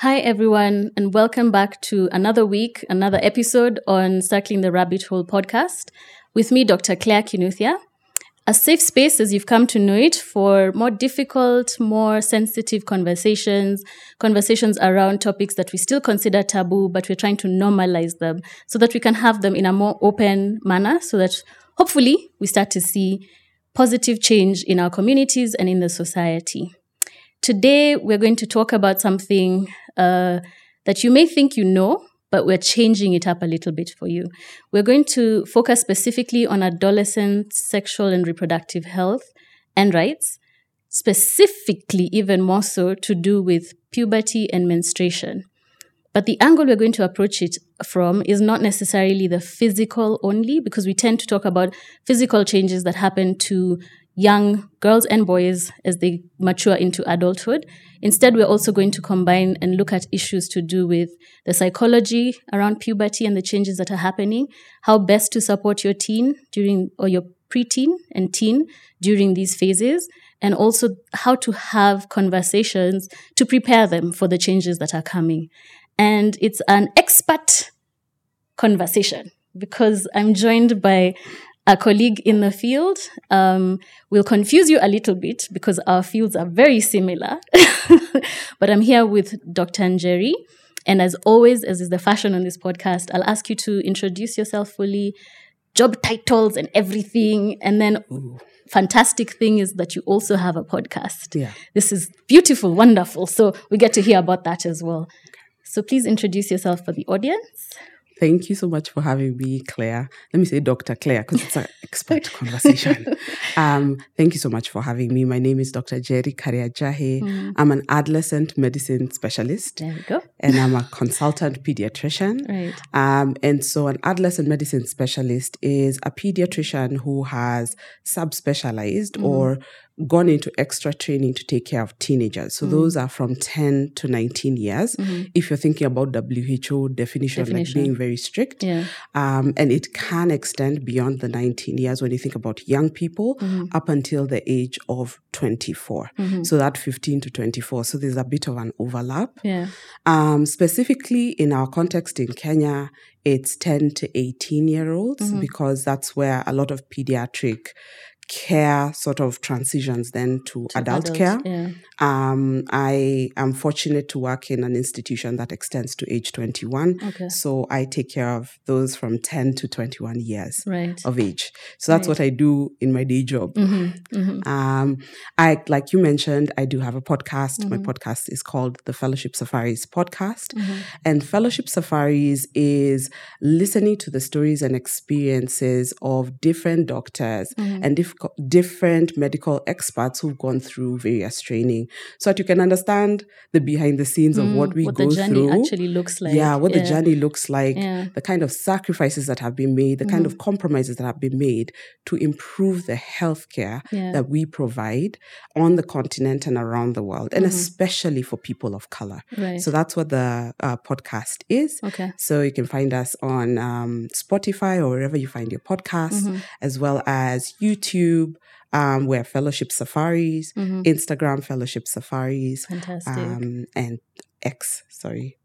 Hi, everyone, and welcome back to another week, another episode on Circling the Rabbit Hole podcast with me, Dr. Claire Kinuthia. A safe space, as you've come to know it, for more difficult, more sensitive conversations, conversations around topics that we still consider taboo, but we're trying to normalize them so that we can have them in a more open manner, so that hopefully we start to see positive change in our communities and in the society. Today, we're going to talk about something uh, that you may think you know, but we're changing it up a little bit for you. We're going to focus specifically on adolescent sexual and reproductive health and rights, specifically, even more so, to do with puberty and menstruation. But the angle we're going to approach it from is not necessarily the physical only, because we tend to talk about physical changes that happen to young girls and boys as they mature into adulthood. Instead, we're also going to combine and look at issues to do with the psychology around puberty and the changes that are happening, how best to support your teen during or your preteen and teen during these phases, and also how to have conversations to prepare them for the changes that are coming. And it's an expert conversation because I'm joined by a colleague in the field um, will confuse you a little bit because our fields are very similar. but I'm here with Dr. Njeri. And as always, as is the fashion on this podcast, I'll ask you to introduce yourself fully, job titles and everything. And then, fantastic thing is that you also have a podcast. Yeah. This is beautiful, wonderful. So we get to hear about that as well. So please introduce yourself for the audience. Thank you so much for having me, Claire. Let me say Dr. Claire because it's an expert conversation. Um, thank you so much for having me. My name is Dr. Jerry Kariajahe. I'm an adolescent medicine specialist There we go. and I'm a consultant pediatrician. Right. Um, and so, an adolescent medicine specialist is a pediatrician who has subspecialized Mm-hmm. or gone into extra training to take care of teenagers. So, Mm-hmm. those are from 10 to 19 years. If you're thinking about WHO definition, like Definition. being very strict, Yeah. um, and it can extend beyond the 19 years when you think about young people Mm-hmm. up until the age of 24. So, that 15 to 24. So, there's a bit of an overlap. Yeah. Um, specifically in our context in Kenya, it's 10 to 18 year olds Mm-hmm. because that's where a lot of pediatric care sort of transitions then to, adult, Adults, care. Yeah. Um, I am fortunate to work in an institution that extends to age 21. Okay. So I take care of those from 10 to 21 years Right. of age. So that's what I do in my day job. Mm-hmm, Um, I like you mentioned, I do have a podcast. Mm-hmm. My podcast is called the Fellowship Safaris Podcast, and Fellowship Safaris is listening to the stories and experiences of different doctors Mm-hmm. and diff- different medical experts who've gone through various training, so that you can understand the behind the scenes of what we Mm, what go the journey through actually looks like. yeah, what the journey looks like, Yeah. Mm-hmm. the kind of sacrifices that have been made, the kind of compromises that have been made to improve the healthcare Yeah. that we provide on the continent and around the world, and Mm-hmm. especially for people of color. Right. So that's what the uh, podcast is. Okay. So you can find us on um, Spotify or wherever you find your podcasts, Mm-hmm, as well as YouTube. Um, we're Fellowship Safaris, Instagram Fellowship Safaris, mm-hmm. Fantastic. um, and X, sorry,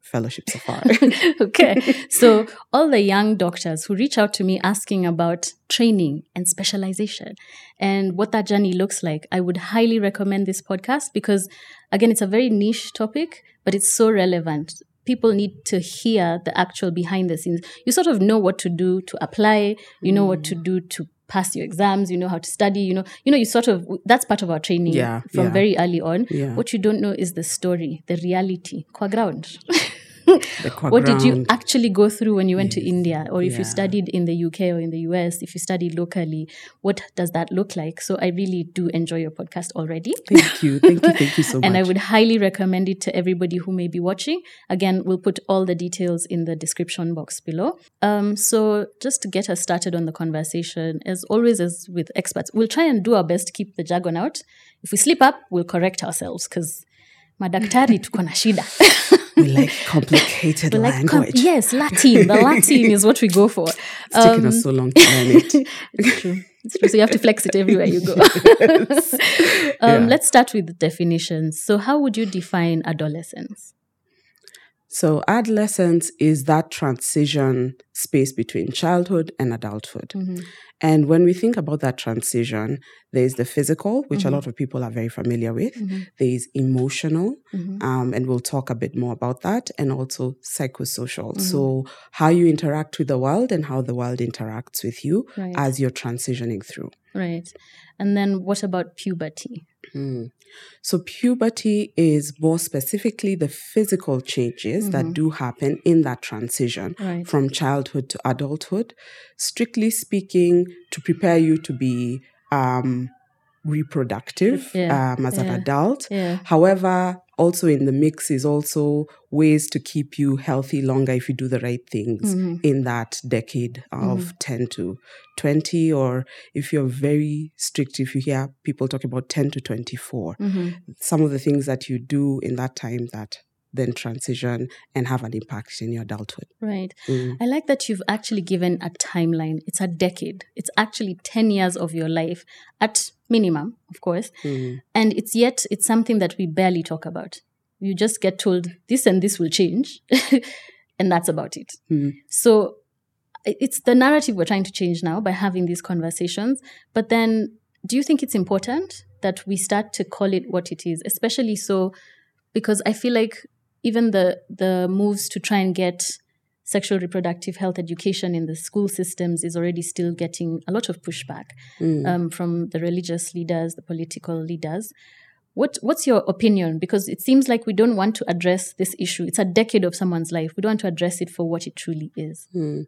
Fellowship Safari. okay. So, all the young doctors who reach out to me asking about training and specialization and what that journey looks like, I would highly recommend this podcast because, again, it's a very niche topic, but it's so relevant. People need to hear the actual behind the scenes. You sort of know what to do to apply, you know what to Mm. do to pass your exams you know how to study you know you know you sort of that's part of our training Yeah, from yeah. very early on Yeah. what you don't know is the story the reality qua ground The what did you background. actually go through when you went to India, or if you Yeah. studied in the UK or in the US, if you studied locally, what does that look like? So I really do enjoy your podcast already. Thank you, thank you, thank you so much. And I would highly recommend it to everybody who may be watching. Again, we'll put all the details in the description box below. Um, so, just to get us started on the conversation, as always, as with experts, we'll try and do our best to keep the jargon out. If we slip up, we'll correct ourselves because madaktari tuko na shida. we like complicated But like, com- language. yes, Latin. The Latin is what we go for. It's taken um, us so long to learn it. It's true. It's true. So you have to flex it everywhere you go. um, Yeah. Let's start with the definitions. So, how would you define adolescence? So, adolescence is that transition space between childhood and adulthood. Mhm. And when we think about that transition, there's the physical, which Mhm. a lot of people are very familiar with, Mhm. there's emotional, Mhm. um, and we'll talk a bit more about that, and also psychosocial. Mhm. So, how you interact with the world and how the world interacts with you Right. as you're transitioning through. right. And then what about puberty? Mm. So, puberty is more specifically the physical changes Mhm. that do happen in that transition Right. from childhood to adulthood, strictly speaking, to prepare you to be um, reproductive Yeah, um, as yeah. an adult. Yeah. However, also in the mix is also ways to keep you healthy longer if you do the right things Mhm. in that decade of 10 to 20 or if you're very strict if you hear people talk about 10 to 24 Mhm. some of the things that you do in that time that then transition and have an impact in your adulthood Right. Mm. I like that you've actually given a timeline. It's a decade. It's actually 10 years of your life at minimum, of course. Mm. And it's yet, it's something that we barely talk about. You just get told this and this will change, and that's about it. Mm. So i- it's the narrative we're trying to change now by having these conversations. But then, do you think it's important that we start to call it what it is, especially so because I feel like even the the moves to try and get sexual reproductive health education in the school systems is already still getting a lot of pushback Mm. um, from the religious leaders, the political leaders. What what's your opinion? Because it seems like we don't want to address this issue. It's a decade of someone's life. We don't want to address it for what it truly is. Hmm.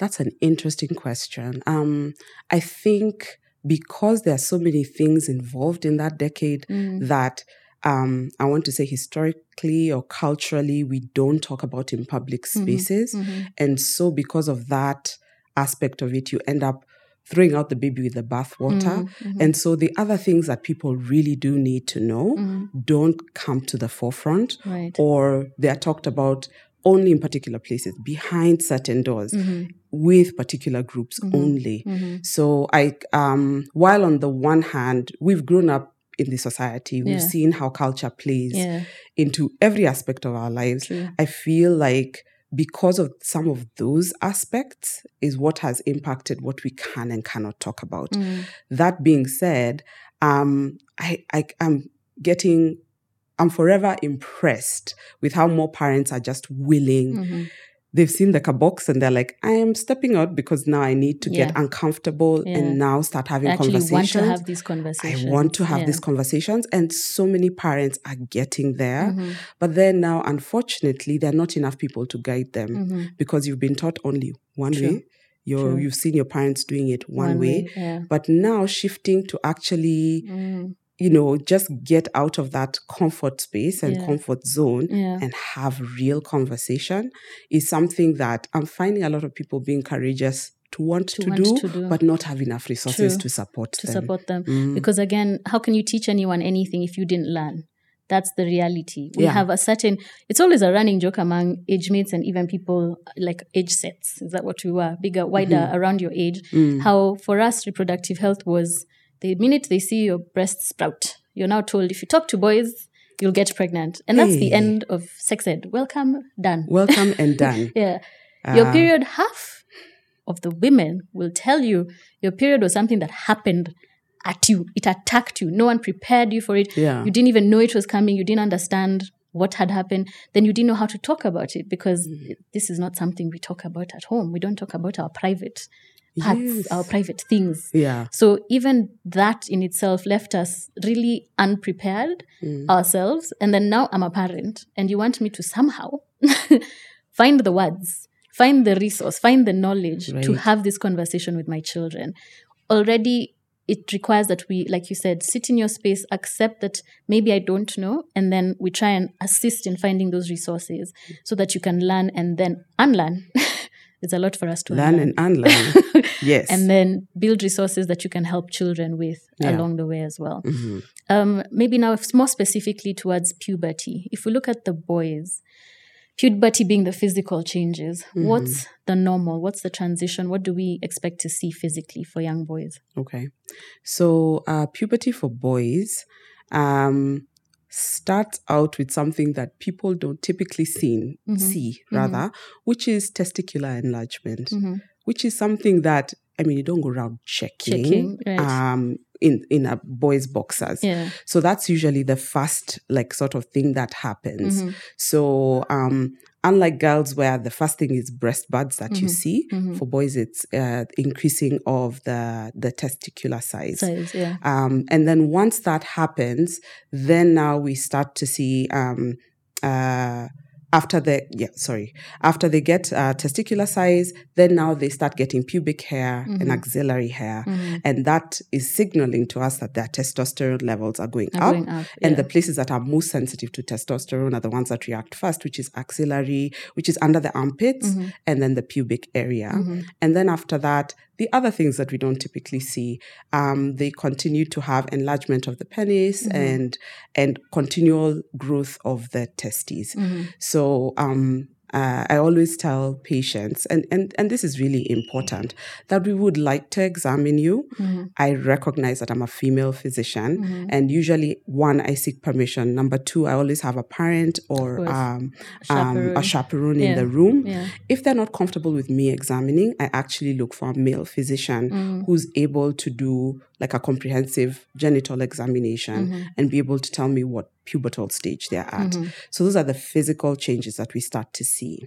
That's an interesting question. Um, I think because there are so many things involved in that decade that um, I want to say historically or culturally, we don't talk about in public spaces. Mm-hmm. And so, because of that aspect of it, you end up throwing out the baby with the bathwater. Mm-hmm. And so, the other things that people really do need to know Mm-hmm. don't come to the forefront right. or they are talked about only in particular places, behind certain doors, Mm. with particular groups Mhm. only. So, I, um, while on the one hand, we've grown up in the society, we've Yeah. seen how culture plays Yeah. into every aspect of our lives. True. I feel like because of some of those aspects is what has impacted what we can and cannot talk about. Mm. That being said, um, I, I I'm getting I'm forever impressed with how more parents are just willing. Mhm. They've seen the kabox and they're like, I am stepping out because now I need to get Yeah. uncomfortable Yeah. and now start having I actually conversations. want to have these I conversations. want to have Yeah. these conversations. And so many parents are getting there. Mhm. But then now, unfortunately, there are not enough people to guide them Mhm. because you've been taught only one True. way. You're, True. You've seen your parents doing it one, way. Yeah. But now shifting to actually, Mm. you know, just get out of that comfort space and Yeah. comfort zone Yeah. and have real conversation is something that I'm finding a lot of people being courageous to want To to, want do, to do. but not have enough resources True. to support to them. support them Mm. because again how can you teach anyone anything if you didn't learn that's the reality we Yeah. have a certain it's always a running joke among age mates and even people like age sets is that what we were bigger wider Mhm. around your age Mm. how for us reproductive health was the minute they see your breasts sprout you're now told if you talk to boys you'll get pregnant and that's the Hey. end of sex ed welcome done Welcome and done. yeah your Uh, period half of the women will tell you your period was something that happened at you it attacked you no one prepared you for it Yeah. you didn't even know it was coming you didn't understand what had happened then you didn't know how to talk about it because this is not something we talk about at home we don't talk about our private parts Yes. our private things yeah. so even that in itself left us really unprepared Mm. ourselves and then now i'm a parent and you want me to somehow find the words find the resource find the knowledge to Right. have this conversation with my children already it requires that we like you said sit in your space accept that maybe i don't know and then we try and assist in finding those resources so that you can learn and then unlearn there's a lot for us to Learn and unlearn. yes. and then build resources that you can help children with Yeah. along the way as well Mhm. um, maybe now if more specifically towards puberty. If we look at the boys, puberty being the physical changes, Mm-hmm. what's the normal? What's the transition? What do we expect to see physically for young boys? Okay. So, uh, puberty for boys, um, start out with something that people don't typically seen, Mm-hmm. see, rather, which is testicular enlargement, Mm. Mm-hmm. which is something that I mean, you don't go around checking, Checking, right. um, in in a boys' boxers. Yeah. So that's usually the first like sort of thing that happens. So um, unlike girls, where the first thing is breast buds that you see, for boys it's uh, increasing of the the testicular size. Size, yeah. Um, and then once that happens, then now we start to see um, uh, after the yeah sorry after they get uh, testicular size, then now they start getting pubic hair and axillary hair, Mm-hmm. and that is signaling to us that their testosterone levels are going Are up. going up, And yeah. the places that are most sensitive to testosterone are the ones that react first, which is axillary, which is under the armpits, Mm-hmm. and then the pubic area. And then after that, the other things that we don't typically see, um, they continue to have enlargement of the penis Mm-hmm. and and continual growth of the testes. Mm-hmm. So um, uh, I always tell patients, and, and, and this is really important, that we would like to examine you. Mm-hmm. I recognize that I'm a female physician, and usually, one, I seek permission. Number two, I always have a parent or course. um, A um, chaperone. a chaperone in Yeah. the room. Yeah. If they're not comfortable with me examining, I actually look for a male physician who's able to do like a comprehensive genital examination and be able to tell me what pubertal stage they're at. So those are the physical changes that we start to see.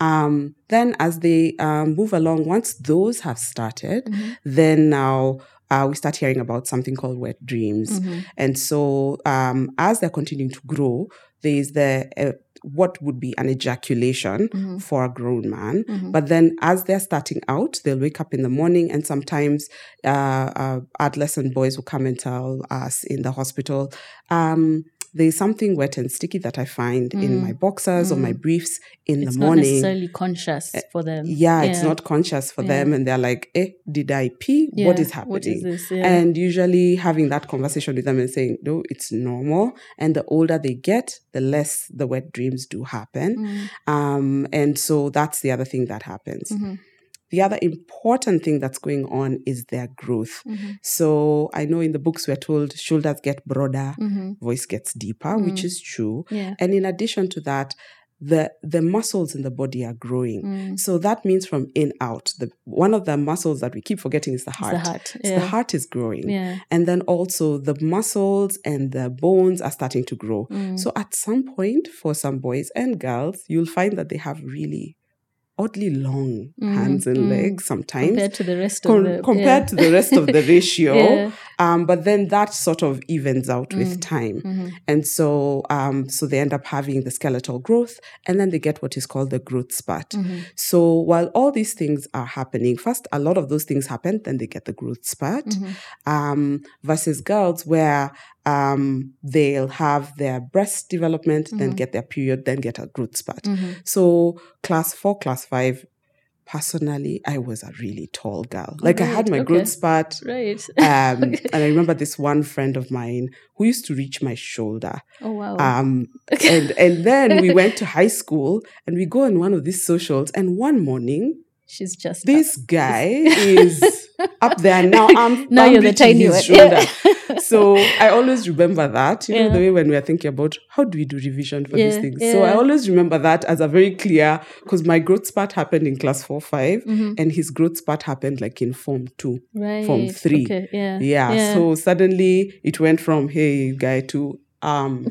Um, then as they um, move along, once those have started, then now uh, we start hearing about something called wet dreams. Mm-hmm. And so um, as they're continuing to grow, there is the uh, what would be an ejaculation for a grown man. But then as they're starting out, they'll wake up in the morning and sometimes uh, uh, adolescent boys will come and tell us in the hospital, um, there's something wet and sticky that I find in my boxers or my briefs in It's the not morning. eh, necessarily conscious for them. yeah, it's not conscious for them. And they're like, eh, did I pee? what Yeah, is happening? what is this? Yeah. And usually having that conversation with them and saying, no, it's normal. And the older they get, the less the wet dreams do happen. Um, and so that's the other thing that happens. Mm-hmm. The other important thing that's going on is their growth. Mm-hmm. So I know in the books we're told shoulders get broader, voice gets deeper, which is true. Mm-hmm. Yeah. And in addition to that, the the muscles in the body are growing. Mm. Mm-hmm. So that means from in out. The one of the muscles that we keep forgetting is the heart. heart, So yeah. the heart is growing. Yeah. And then also the muscles and the bones are starting to grow. Mm. So at some point for some boys and girls, you'll find that they have really oddly long hands and legs sometimes Mm-hmm, mm. compared to the rest com- of the compared to the rest of the ratio. Yeah. Mm. Um, but then that sort of evens out with time, Mm-hmm. and so um, so they end up having the skeletal growth, and then they get what is called the growth spurt. Mm. Mm-hmm. So while all these things are happening, first a lot of those things happen, then they get the growth spurt. Mm-hmm. Um, versus girls where um, they'll have their breast development, then Mm-hmm. get their period, then get a growth spurt. Mm. So class four, class five, personally, I was a really tall girl. Like I had Right, my Oh, okay. growth spurt. yeah. right. Um, And I remember this one friend of mine who used to reach my shoulder. Oh wow. Um, and, and then we went to high school and we go on one of these socials. And one morning, She's just this guy is up there now. I'm Now I'm you're the reaching tiny his one. shoulder. so I always remember that. You know the way when we are thinking about how do we do revision for these Yeah, things. So I yeah. always remember that as a very clear because my growth spurt happened in class four 5 Mm. Mm-hmm. and his growth spurt happened like in form two, right. form three. Okay. Yeah. Yeah, So suddenly it went from hey you guy to um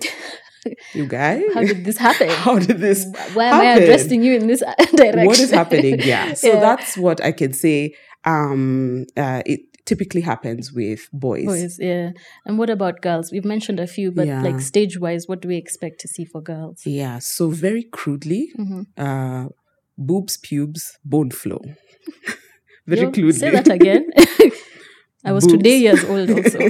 you guy. how did this happen? How did this Why am I happen? addressing you in this direction? What is happening? Yeah. So Yeah. that's what I can say. Um, uh, it typically happens with boys. Boys, yeah. And what about girls? We've mentioned a few, but Yeah. like stage wise, what do we expect to see for girls? Yeah. So very crudely, Mm-hmm. uh, boobs, pubes, bone flow. very Yo, crudely. Say that again. I was Boobs. today years old also. no,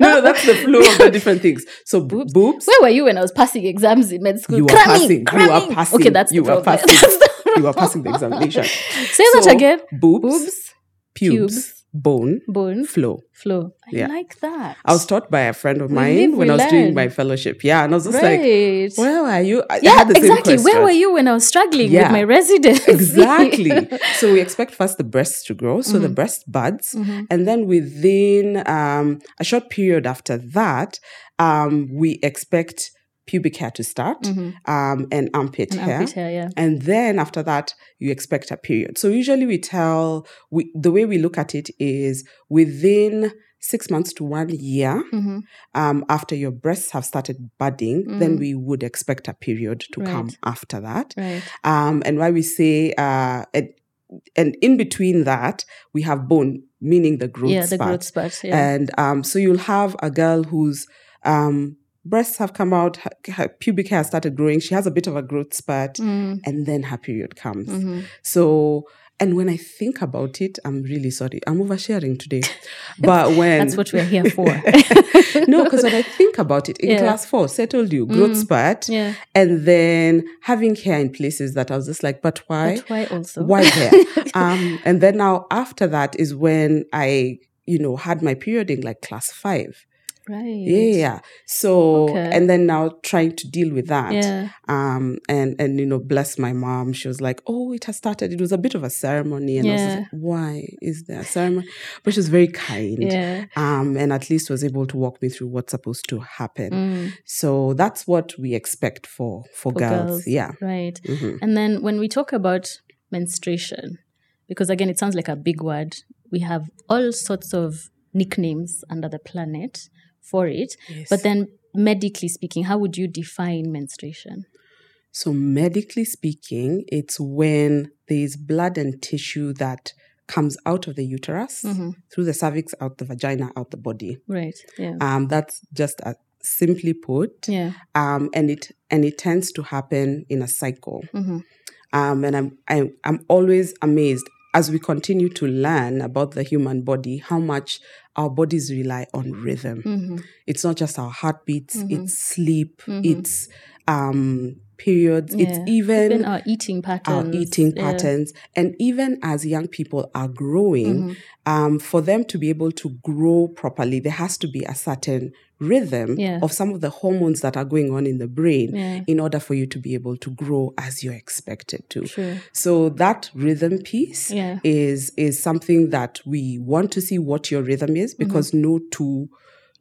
no, that's the flow of the different things. So boobs. boobs Where were you when I was passing exams in med school? you are Cramming, passing. You are cramming. passing. Okay, that's you the are problem. passing. you are passing the examination. Say So, that again. Boobs, Boobs, pubes, pubes, bone, bone, flow. flow. I Yeah. like that. I was taught by a friend of We mine live, when we I was doing learn. my fellowship. Yeah, and I was just like, right. where were you? I, I yeah, had the same exactly. Where question. were you when I was struggling Yeah. with my residence? Mm-hmm. Exactly. so we expect first the breasts to grow, so the Mm-hmm. Mm-hmm. breast buds, and then within um, a short period after that, Um, we expect pubic hair to start um, and armpit Mm-hmm. And hair. armpit hair, yeah. And then after that, you expect a period. So usually we tell, we, the way we look at it is within six months to one year Mm-hmm. um, after your breasts have started budding, then Mm. we would expect a period to come Right. after that. Right. Um, and why we say, uh, and, and in between that, we have bone, meaning the growth yeah, the spurt. growth spurt. Yeah. And um, so you'll have a girl whose um, breasts have come out, her, her pubic hair started growing, she has a bit of a growth spurt, Mm, and then her period comes. mhm. So, and when I think about it, I'm really sorry. I'm oversharing today. But when That's what we're here for. no, because when I think about it, in Yeah. class four, settled you, growth Mm. spurt, yeah. and then having hair in places that I was just like, but why? But why also? Why hair? um, and then now after that is when I, you know, had my period in like class five. Right. Yeah, yeah, yeah. So Okay. and then now trying to deal with that. Yeah. Um and and you know, bless my mom. She was like, Oh, it has started. It was a bit of a ceremony. And I was just Yeah. like, Why is there a ceremony? But she was very kind. Yeah. Um, and at least was able to walk me through what's supposed to happen. Mm, So that's what we expect for for, For girls. girls. Yeah. right. Mhm. And then when we talk about menstruation, because again, it sounds like a big word, we have all sorts of nicknames under the planet for it. But then, medically speaking, how would you define menstruation? So medically speaking, it's when there is blood and tissue that comes out of the uterus Mhm. through the cervix, out the vagina, out the body. Right. Yeah. Um, that's just a, simply put, yeah. um, and it and it tends to happen in a cycle. hmm Um, and I'm, I'm I'm always amazed as we continue to learn about the human body, how much our bodies rely on rhythm. hmm It's not just our heartbeats; Mhm. it's sleep, Mhm. it's um, periods, it's Yeah. even, Even our eating patterns. our eating yeah. patterns, and even as young people are growing, Mhm. um, for them to be able to grow properly, there has to be a certain rhythm Yeah. of some of the hormones that are going on in the brain Yeah. in order for you to be able to grow as you're expected to. True. So that rhythm piece Yeah. is is something that we want to see what your rhythm is Mm-hmm. because no two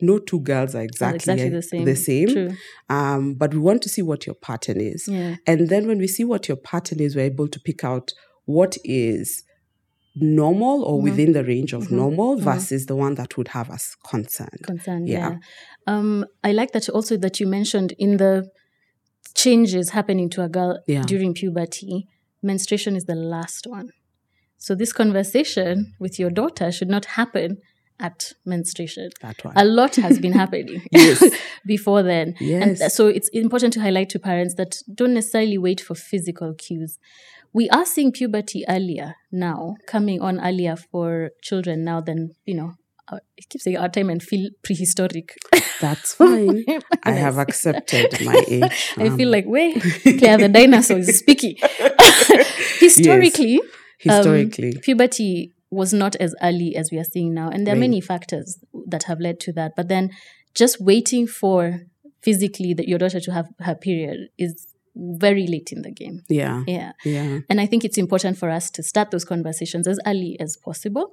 no two girls are Sounds exactly, Exactly the same. True. Um, but we want to see what your pattern is. Yeah. And then when we see what your pattern is, we're able to pick out what is normal Mm-hmm. or within the range of normal versus the one that would have us concerned. concerned. Yeah. Yeah. Um, I like that also that you mentioned in the changes happening to a girl Yeah. during puberty, menstruation is the last one. So this conversation with your daughter should not happen at menstruation. That one. A lot has been happening Yes. before then. And Yes. th- so it's important to highlight to parents that don't necessarily wait for physical cues. We are seeing puberty earlier now, coming on earlier for children now than, you know, our, I keep saying our time and feel prehistoric. That's fine. Oh My I have goodness. accepted my age. I feel um, like, wait, Claire, the dinosaur is speaking. Historically, um, historically. puberty was not as early as we are seeing now. And there are Right. many factors that have led to that. But then just waiting for physically that your daughter to have her period is very late in the game. yeah. Yeah. Yeah. And I think it's important for us to start those conversations as early as possible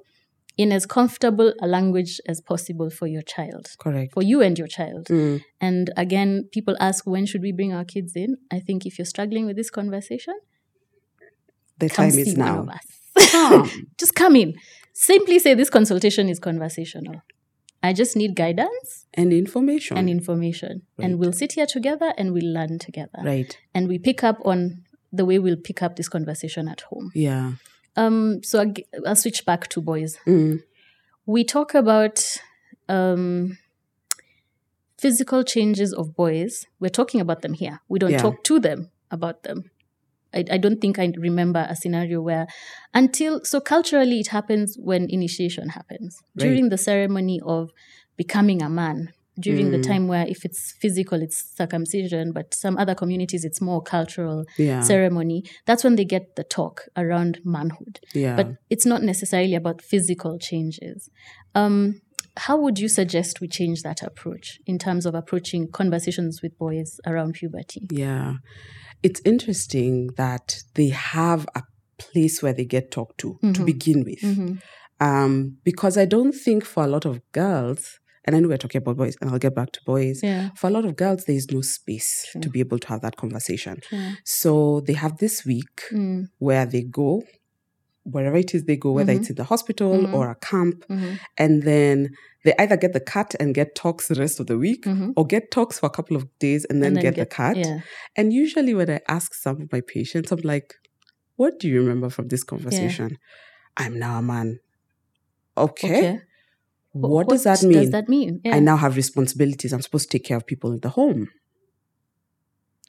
in as comfortable a language as possible for your child, Correct. for you and your child. Mm, And again, people ask when should we bring our kids in? I think if you're struggling with this conversation, the come time see one is now. of us. just come in. Simply say this consultation is conversational. I just need guidance and information. and information. And Right. we'll sit here together and we'll learn together. right. And we pick up on the way we'll pick up this conversation at home. Yeah. Um, so I'll, g- I'll switch back to boys. Mm, We talk about um, physical changes of boys. We're talking about them here. We don't Yeah. talk to them about them. I, I don't think I remember a scenario where, until so culturally, it happens when initiation happens Right. during the ceremony of becoming a man. During the Mm. time where, if it's physical, it's circumcision, but some other communities, it's more cultural yeah. ceremony. That's when they get the talk around manhood yeah. but it's not necessarily about physical changes. Um, how would you suggest we change that approach in terms of approaching conversations with boys around puberty? Yeah. It's interesting that they have a place where they get talked to to Mhm. begin with. Mhm. Um, because I don't think for a lot of girls, and I know we're talking about boys, and I'll get back to boys. Yeah. For a lot of girls, there is no space True. to be able to have that conversation. True. So they have this week Mm, where they go, wherever it is they go, whether Mhm. it's in the hospital Mhm. or a camp, mhm, and then they either get the cut and get talks the rest of the week. mhm. Or get talks for a couple of days and then, And then get, get- the cut. Yeah. And usually, when I ask some of my patients, I'm like, what do you remember from this conversation? I'm now a man. Okay. What, Wh- does that mean? Does that mean? Yeah. I now have responsibilities. I'm supposed to take care of people in the home.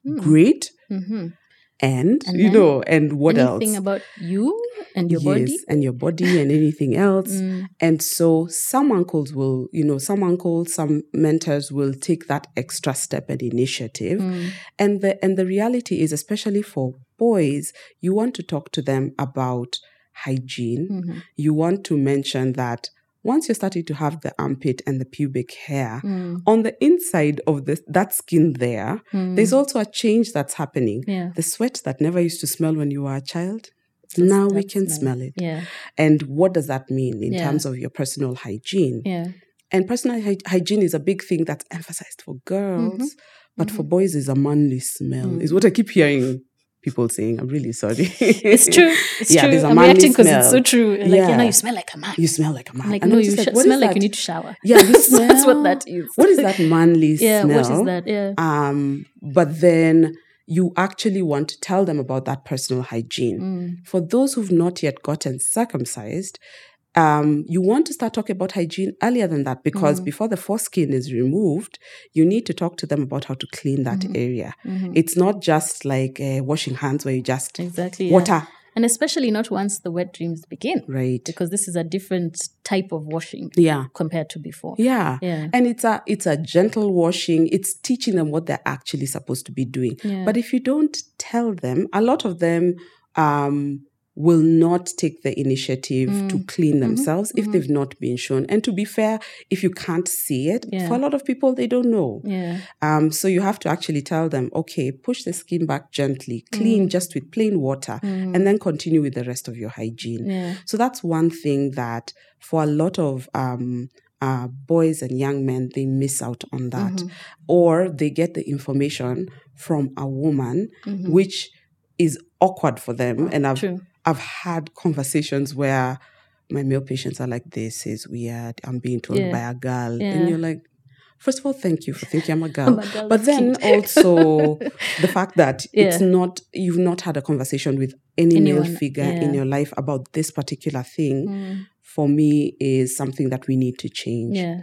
Mm, Great. mhm. And, And you then know, and what Anything else? about you and your yes, body? and your body and anything else. Mm, And so some uncles will, you know, some uncles, some mentors will take that extra step and initiative. mm, And the and the reality is, especially for boys, you want to talk to them about hygiene. mhm, You want to mention that once you're starting to have the armpit and the pubic hair, mm, on the inside of the, that skin there, mm. there's also a change that's happening. yeah. The sweat that never used to smell when you were a child, now we That can smell it. Yeah. And what does that mean in Yeah. terms of your personal hygiene? Yeah. And personal hy- hygiene is a big thing that's emphasized for girls, Mm-hmm. but for boys, is a manly smell, is what I keep hearing people saying. I'm really sorry. It's true. It's Yeah, true. there's a I'm manly reacting because it's smell. so true. Like, Yeah. you know, you smell like a man. You smell like a man. I'm like, And no, I'm you just sh- what is smell like that? you need to shower. Yeah, you smell. That's what that is. What is that manly yeah, smell? what is that? Yeah. Um, but then you actually want to tell them about that personal hygiene. Mm, For those who've not yet gotten circumcised, um, you want to start talking about hygiene earlier than that because Mhm. before the foreskin is removed, you need to talk to them about how to clean that Mhm. area. mhm. It's not just like uh, washing hands where you just Exactly. yeah. water, And especially not once the wet dreams begin, right? because this is a different type of washing Yeah, compared to before. yeah. Yeah. And it's a it's a gentle washing. It's teaching them what they're actually supposed to be doing. Yeah. But if you don't tell them, a lot of them um, will not take the initiative to Mm. clean themselves if mhm. they've not been shown. And to be fair, if you can't see it, Yeah. Mm. for a lot of people, they don't know. yeah. Um, so you have to actually tell them, okay, push the skin back gently, clean just with plain water, Mm, and then continue with the rest of your hygiene. yeah. So that's one thing that for a lot of um, uh, boys and young men, they miss out on that. Mhm, Or they get the information from a woman, mhm. which is awkward for them. And I've, True. I've had conversations where my male patients are like, this is weird. I'm being told Yeah. by a girl. Yeah. And you're like, first of all, thank you for thinking I'm a girl. Oh my God, But that's then cute. also the fact that it's Yeah. not you've not had a conversation with any male Anyone, figure yeah. in your life about this particular thing Mm, for me is something that we need to change. yeah.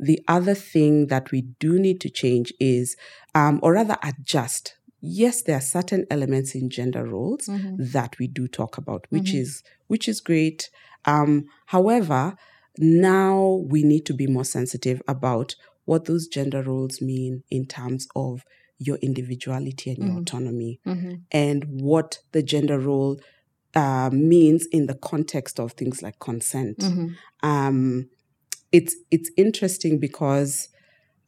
The other thing that we do need to change is um, or rather adjust. Yes, there are certain elements in gender roles Mhm. that we do talk about, which Mhm. is which is great. Um, however, now we need to be more sensitive about what those gender roles mean in terms of your individuality and your Mhm. autonomy, Mhm. and what the gender role uh, means in the context of things like consent. Mhm. Um, it's it's interesting because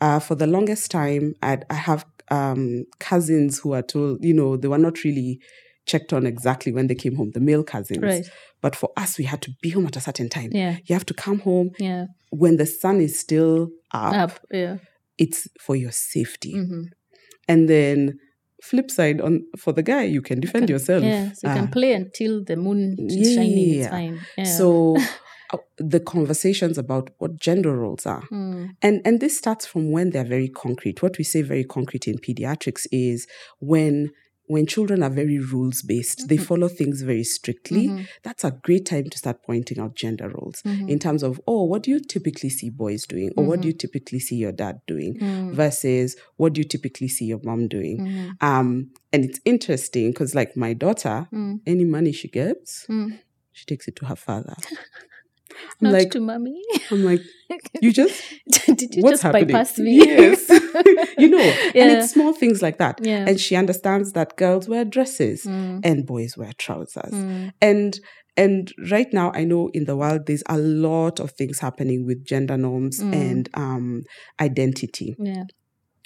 uh, for the longest time, I'd, I have um, cousins who are told, you know, they were not really checked on exactly when they came home, the male cousins. Right. But for us, we had to be home at a certain time. Yeah. You have to come home Yeah. when the sun is still up. Up. Yeah. It's for your safety. Mm-hmm. And then flip side on for the guy, you can defend yourself. Yeah. So you can Ah. play until the moon is shining. It's Yeah. fine. Yeah. So uh, the conversations about what gender roles are Mm, And and this starts from when they're very concrete. What we say very concrete in pediatrics is when when children are very rules based, Mm-hmm. they follow things very strictly. mhm, That's a great time to start pointing out gender roles mhm, in terms of, oh, what do you typically see boys doing? Or what do Mhm. you typically see your dad doing? mm, Versus what do you typically see your mom doing? mhm, Um, and it's interesting because, like, my daughter, mm, any money she gets, mm. she takes it to her father. I'm Not like, to mommy. I'm like, you just Did you just what's happening? bypass me? Yes. you know, and Yeah. it's small things like that. Yeah. And she understands that girls wear dresses Mm, and boys wear trousers. mm, And and right now I know in the world there's a lot of things happening with gender norms Mm. and um identity. yeah.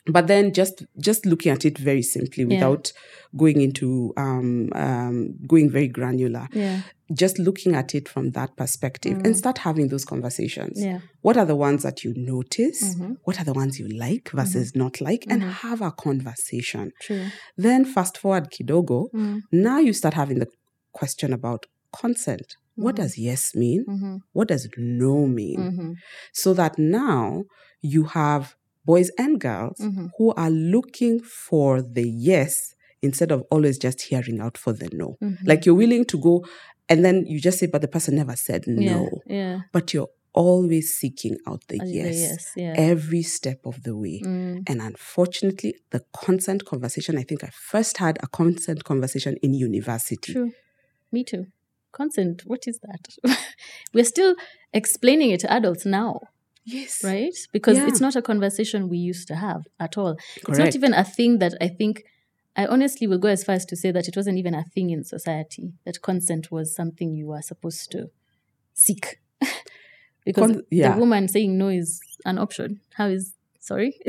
but then just just looking at it very simply Yeah. without going into um, um, going very granular Yeah. just looking at it from that perspective and start having those conversations Mm. Yeah. what are the ones that you notice Mm-hmm. what are the ones you like versus not like and have a conversation True. then fast forward kidogo Mm. now you start having the question about consent what does yes mean Mm-hmm. what does no mean Mm-hmm. so that now you have boys and girls Mhm. who are looking for the yes instead of always just hearing out for the no. Mhm. Like you're willing to go and then you just say, but the person never said Yeah. no. Yeah. But you're always seeking out the I say yes, yes. Yeah. every step of the way. Mm. And unfortunately, the consent conversation, I think I first had a consent conversation in university. True. Me too. Consent. What is that? We're still explaining it to adults now, Yes. right? Because Yeah. it's not a conversation we used to have at all. It's Correct. not even a thing that I think. I honestly will go as far as to say that it wasn't even a thing in society that consent was something you were supposed to seek, because Con- yeah. the woman saying no is an option. How is sorry?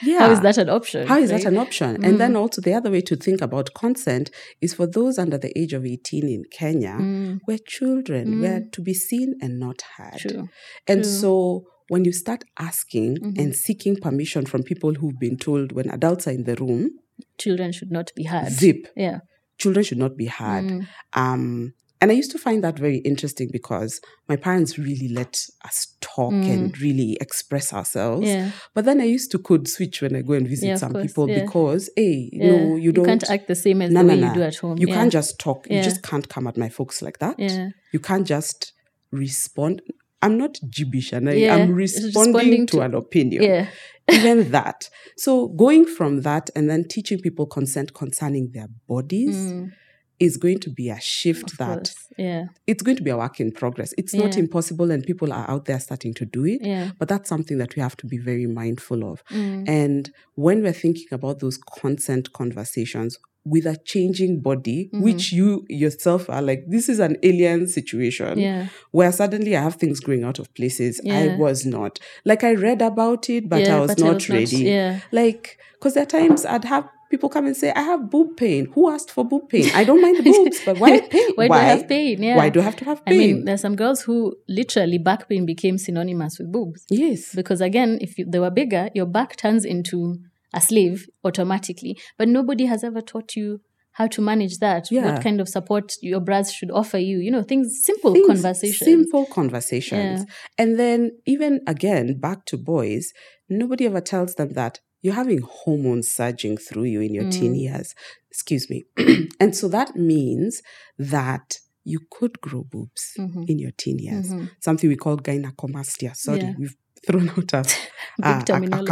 yeah. How is that an option? How is right? that an option? Mm. And then also the other way to think about consent is for those under the age of 18 in Kenya, Mm, where children Mm. were to be seen and not heard. true. And true. so when you start asking Mhm. and seeking permission from people who've been told when adults are in the room, Children should not be heard. zip, Yeah. children should not be heard. Mm, Um, and I used to find that very interesting because my parents really let us talk Mm. and really express ourselves. yeah. But then I used to code switch when I go and visit Yeah, of some course, people yeah. because, hey, yeah. no, you don't. can't act the same as No, the no, way you no. do at home. You yeah. can't just talk. Yeah. You just can't come at my folks like that. Yeah. You can't just respond. I'm not gibbish, and I, Yeah, I'm it's responding, responding to, to- an opinion. Yeah. Even that. So going from that and then teaching people consent concerning their bodies Mm, is going to be a shift of that course. Yeah. it's going to be a work in progress. It's not Yeah. impossible, and people are out there starting to do it. Yeah. But that's something that we have to be very mindful of. Mm, And when we're thinking about those consent conversations with a changing body, Mhm. which you yourself are like, this is an alien situation yeah. where suddenly I have things growing out of places Yeah. I was not. Like I read about it, but yeah, I was but not I was ready. Not, yeah. Like, because there are times I'd have people come and say, I have boob pain. Who asked for boob pain? I don't mind boobs, but why pain? Why, do I have pain? Yeah. Why do I have to have I pain? mean, there's some girls who literally back pain became synonymous with boobs. yes. Because again, if you, they were bigger, your back turns into a slave automatically. But nobody has ever taught you how to manage that. Yeah. What kind of support your bras should offer you? You know, things simple Things- conversations. Simple conversations. And then, even again, back to boys, nobody ever tells them that you're having hormones surging through you in your teen Mm. years. Excuse me. and so that means that you could grow boobs Mhm. in your teen years, Mhm. something we call gynecomastia. Sorry, Yeah. we've thrown out a, Big Ah, a, a, a terminologies.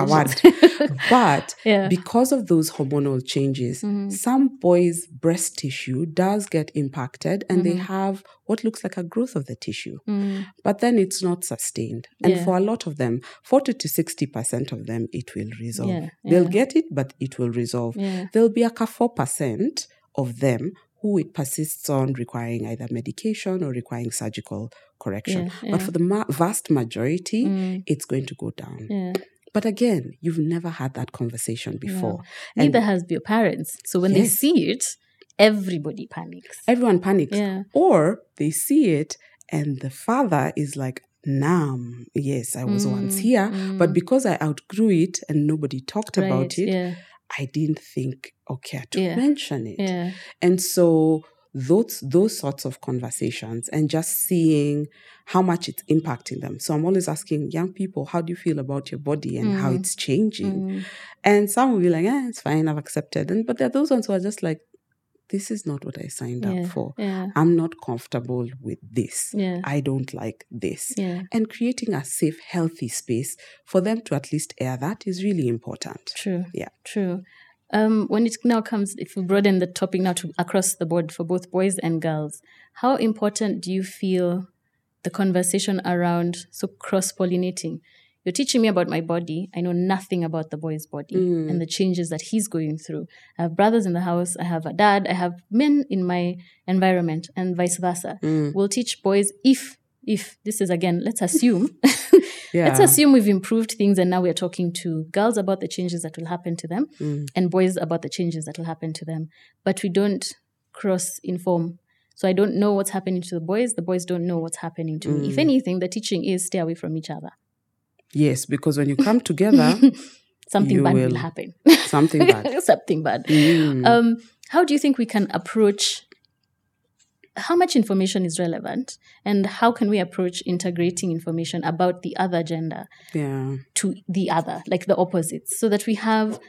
kawad. But yeah. because of those hormonal changes, Mhm. some boys' breast tissue does get impacted and they Mhm. have what looks like a growth of the tissue, Mm. but then it's not sustained. And Yeah. for a lot of them, 40 to 60% of them, it will resolve. Yeah, They'll yeah. get it, but it will resolve. Yeah. There'll be a 4% of them who it persists on requiring either medication or requiring surgical correction. Yeah, But yeah. for the ma- vast majority, Mm. it's going to go down. Yeah. But again, you've never had that conversation before. No. And- Neither has your parents. So when they Yes. see it, everybody panics. Everyone panics. yeah. Or they see it and the father is like, Nam, yes, I was once Mm, here, but mm. because I outgrew it and nobody talked about Right, it, Yeah. I didn't think okay to Yeah. mention it. Yeah. And so those those sorts of conversations and just seeing how much it's impacting them. So I'm always asking young people, how do you feel about your body and how Mm. it's changing? Mm. And some will be like, eh, it's fine, I've accepted. And but there are those ones who are just like, this is not what I signed Yeah. up for. Yeah. I'm not comfortable with this. Yeah. I don't like this. Yeah. And creating a safe, healthy space for them to at least air that is really important. True. Yeah. True. Um, when it now comes, if we broaden the topic now to across the board for both boys and girls, how important do you feel the conversation around so cross pollinating? You're teaching me about my body. I know nothing about the boy's body Mm. and the changes that he's going through. I have brothers in the house. I have a dad. I have men in my environment, and vice versa. Mm. We'll teach boys if if this is again, let's assume, Yeah. let's assume we've improved things and now we're talking to girls about the changes that will happen to them Mm. and boys about the changes that will happen to them. But we don't cross inform. So I don't know what's happening to the boys. The boys don't know what's happening to me. If Mm. anything, the teaching is stay away from each other. Yes, because when you come together, Something You bad will, will. happen. something bad. Something bad. Mm. Um, how do you think we can approach? How much information is relevant, and how can we approach integrating information about the other gender yeah. to the other, like the opposites, so that we have,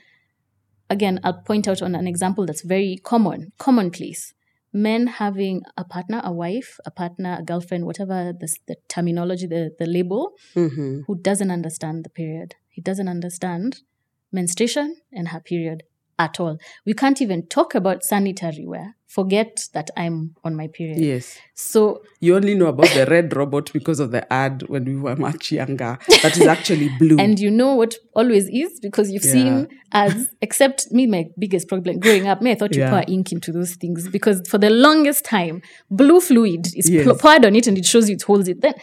again, I'll point out on an example that's very common, commonplace. Men having a partner, a wife, a partner, a girlfriend, whatever the, the terminology, the, the label, hmm who doesn't understand the period. He doesn't understand menstruation and her period at all. We can't even talk about sanitary wear. Forget that I'm on my period. Yes. So You only know about the red robot because of the ad when we were much younger. That is actually blue. and you know what always is because you've Hmm. Yeah. seen ads. Except me, my biggest problem growing up, me I thought you Yeah. pour ink into those things because for the longest time, blue fluid is Yes. pl- poured on it and it shows you it holds it. Then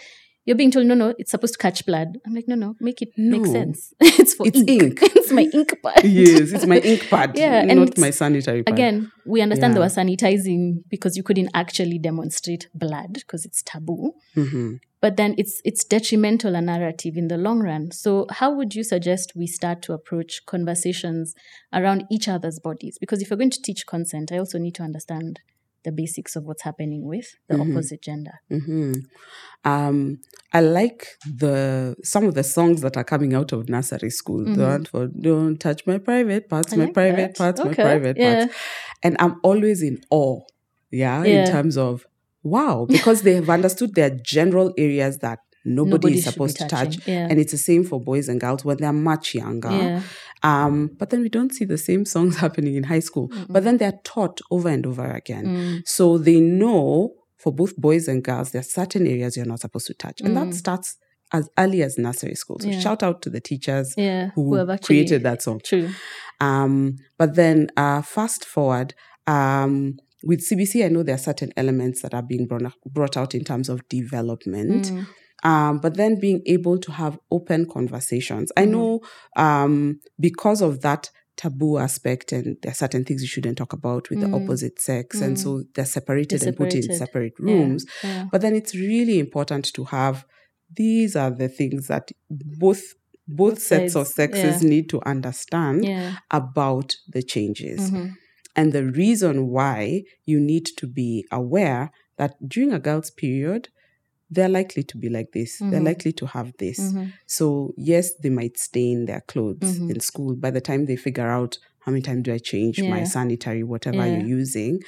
you're being told, no, no, it's supposed to catch blood. I'm like, no, no, make it make No. sense. it's for It's ink. ink. it's my ink part. yes, it's my ink pad, Yeah, and not my sanitary pad. Again, we understand Yeah. they were sanitizing because you couldn't actually demonstrate blood because it's taboo. hmm But then it's it's detrimental a narrative in the long run. So how would you suggest we start to approach conversations around each other's bodies? Because if you're going to teach consent, I also need to understand the basics of what's happening with the Mhm. opposite gender. hmm Um, I like the some of the songs that are coming out of nursery school. The Mhm. one for "Don't touch my private parts, I my like private that. parts, my Okay, private yeah. parts," and I'm always in awe. Yeah, Yeah. in terms of wow, because they have understood their general areas that nobody, is should be supposed to touch, touching. Yeah. and it's the same for boys and girls when they're much younger. yeah. Um, but then we don't see the same songs happening in high school. But then they're taught over and over again. Mm. So they know for both boys and girls, there are certain areas you're not supposed to touch. And Mm. that starts as early as nursery school. So Yeah. shout out to the teachers Yeah. who Who have actually created that song. True. Um, but then uh, fast forward, um, with CBC, I know there are certain elements that are being brought, up- brought out in terms of development Mm. um, but then being able to have open conversations. I Mhm. know um, because of that taboo aspect, and there are certain things you shouldn't talk about with Mm. the opposite sex, Mm. and so they're separated, They're and put in separated. separate Yeah. rooms. Yeah. But then it's really important to have these are the things that both both, Both sets of sides, sexes need to understand Yeah. about the changes Mhm. and the reason why you need to be aware that during a girl's period they're likely to be like this they're Mhm. likely to have this Mhm. so yes they might stain their clothes Mhm. in school by the time they figure out how many times do i change my Yeah. sanitary whatever Yeah. you're using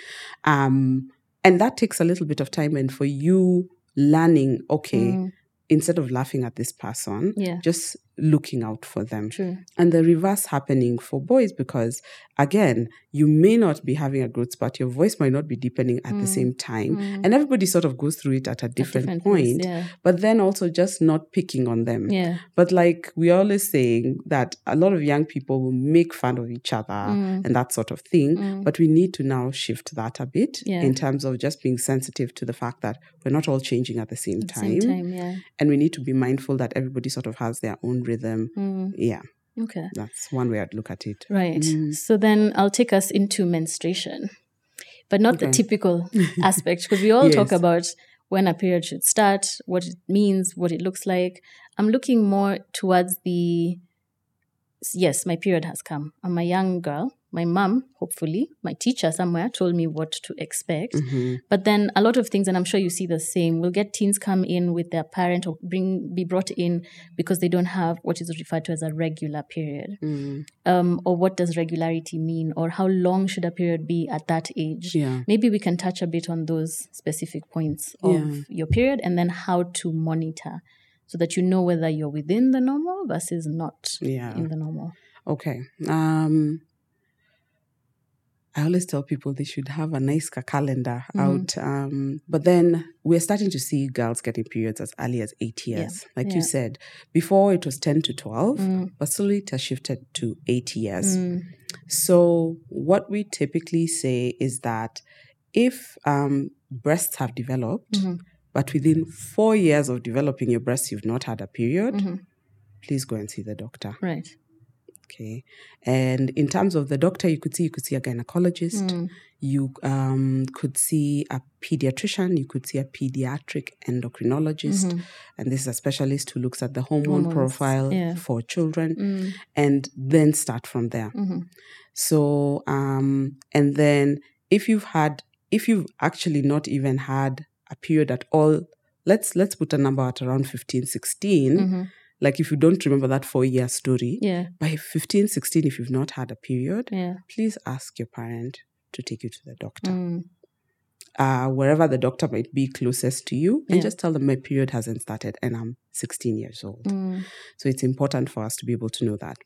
um, and that takes a little bit of time and for you learning okay Mm. instead of laughing at this person Yeah. just looking out for them True. and the reverse happening for boys because again you may not be having a growth spurt your voice might not be deepening at the Mm. same time Mm. and everybody sort of goes through it at a At different, pace, point but then also just not picking on them Yeah. Yeah. but like we're always saying that a lot of young people will make fun of each other Mm. and that sort of thing Mm. but we need to now shift that a bit Yeah. in terms of just being sensitive to the fact that we're not all changing at the same At the time same time. Yeah. and we need to be mindful that everybody sort of has their own rhythm Mm. yeah Okay. that's one way I'd look at it. Right. Mm. So then I'll take us into menstruation, but not the Okay. typical aspect because we all talk Yes. about when a period should start, what it means, what it looks like. I'm looking more towards the yes, my period has come. I'm a young girl. My mom, hopefully, my teacher somewhere told me what to expect. Mhm. But then a lot of things, and I'm sure you see the same, we'll get teens come in with their parent or bring be brought in because they don't have what is referred to as a regular period. Mm. Um, or what does regularity mean, or how long should a period be at that age? Yeah. Maybe we can touch a bit on those specific points of Yeah. your period and then how to monitor so that you know whether you're within the normal versus not Yeah. in the normal. Okay. Um, I always tell people they should have a nice ca- calendar Mhm. out. Um, but then we're starting to see girls getting periods as early as eight years. Like Yeah. you said, before it was 10 to 12, Mm, but slowly it has shifted to eight years. mm, So, what we typically say is that if um, breasts have developed, mhm, but within four years of developing your breast, you've not had a period, Mm-hmm. please go and see the doctor. Right. Okay. And in terms of the doctor, you could see you could see a gynecologist, Mm. you um, could see a pediatrician, you could see a pediatric endocrinologist, and this is a specialist who looks at the hormone Mm-hmm. Hormones, profile yeah. for children, Mm. and then start from there. Mhm. So, um, and then if you've had, if you've actually not even had a period at all, let's let's put a number at around 15, 16. Mhm. Like if you don't remember that four year story, Yeah. by 15, 16, if you've not had a period, Yeah. please ask your parent to take you to the doctor, Mm. uh, wherever the doctor might be closest to you, and Yeah. just tell them my period hasn't started and I'm 16 years old. Mm. So it's important for us to be able to know that.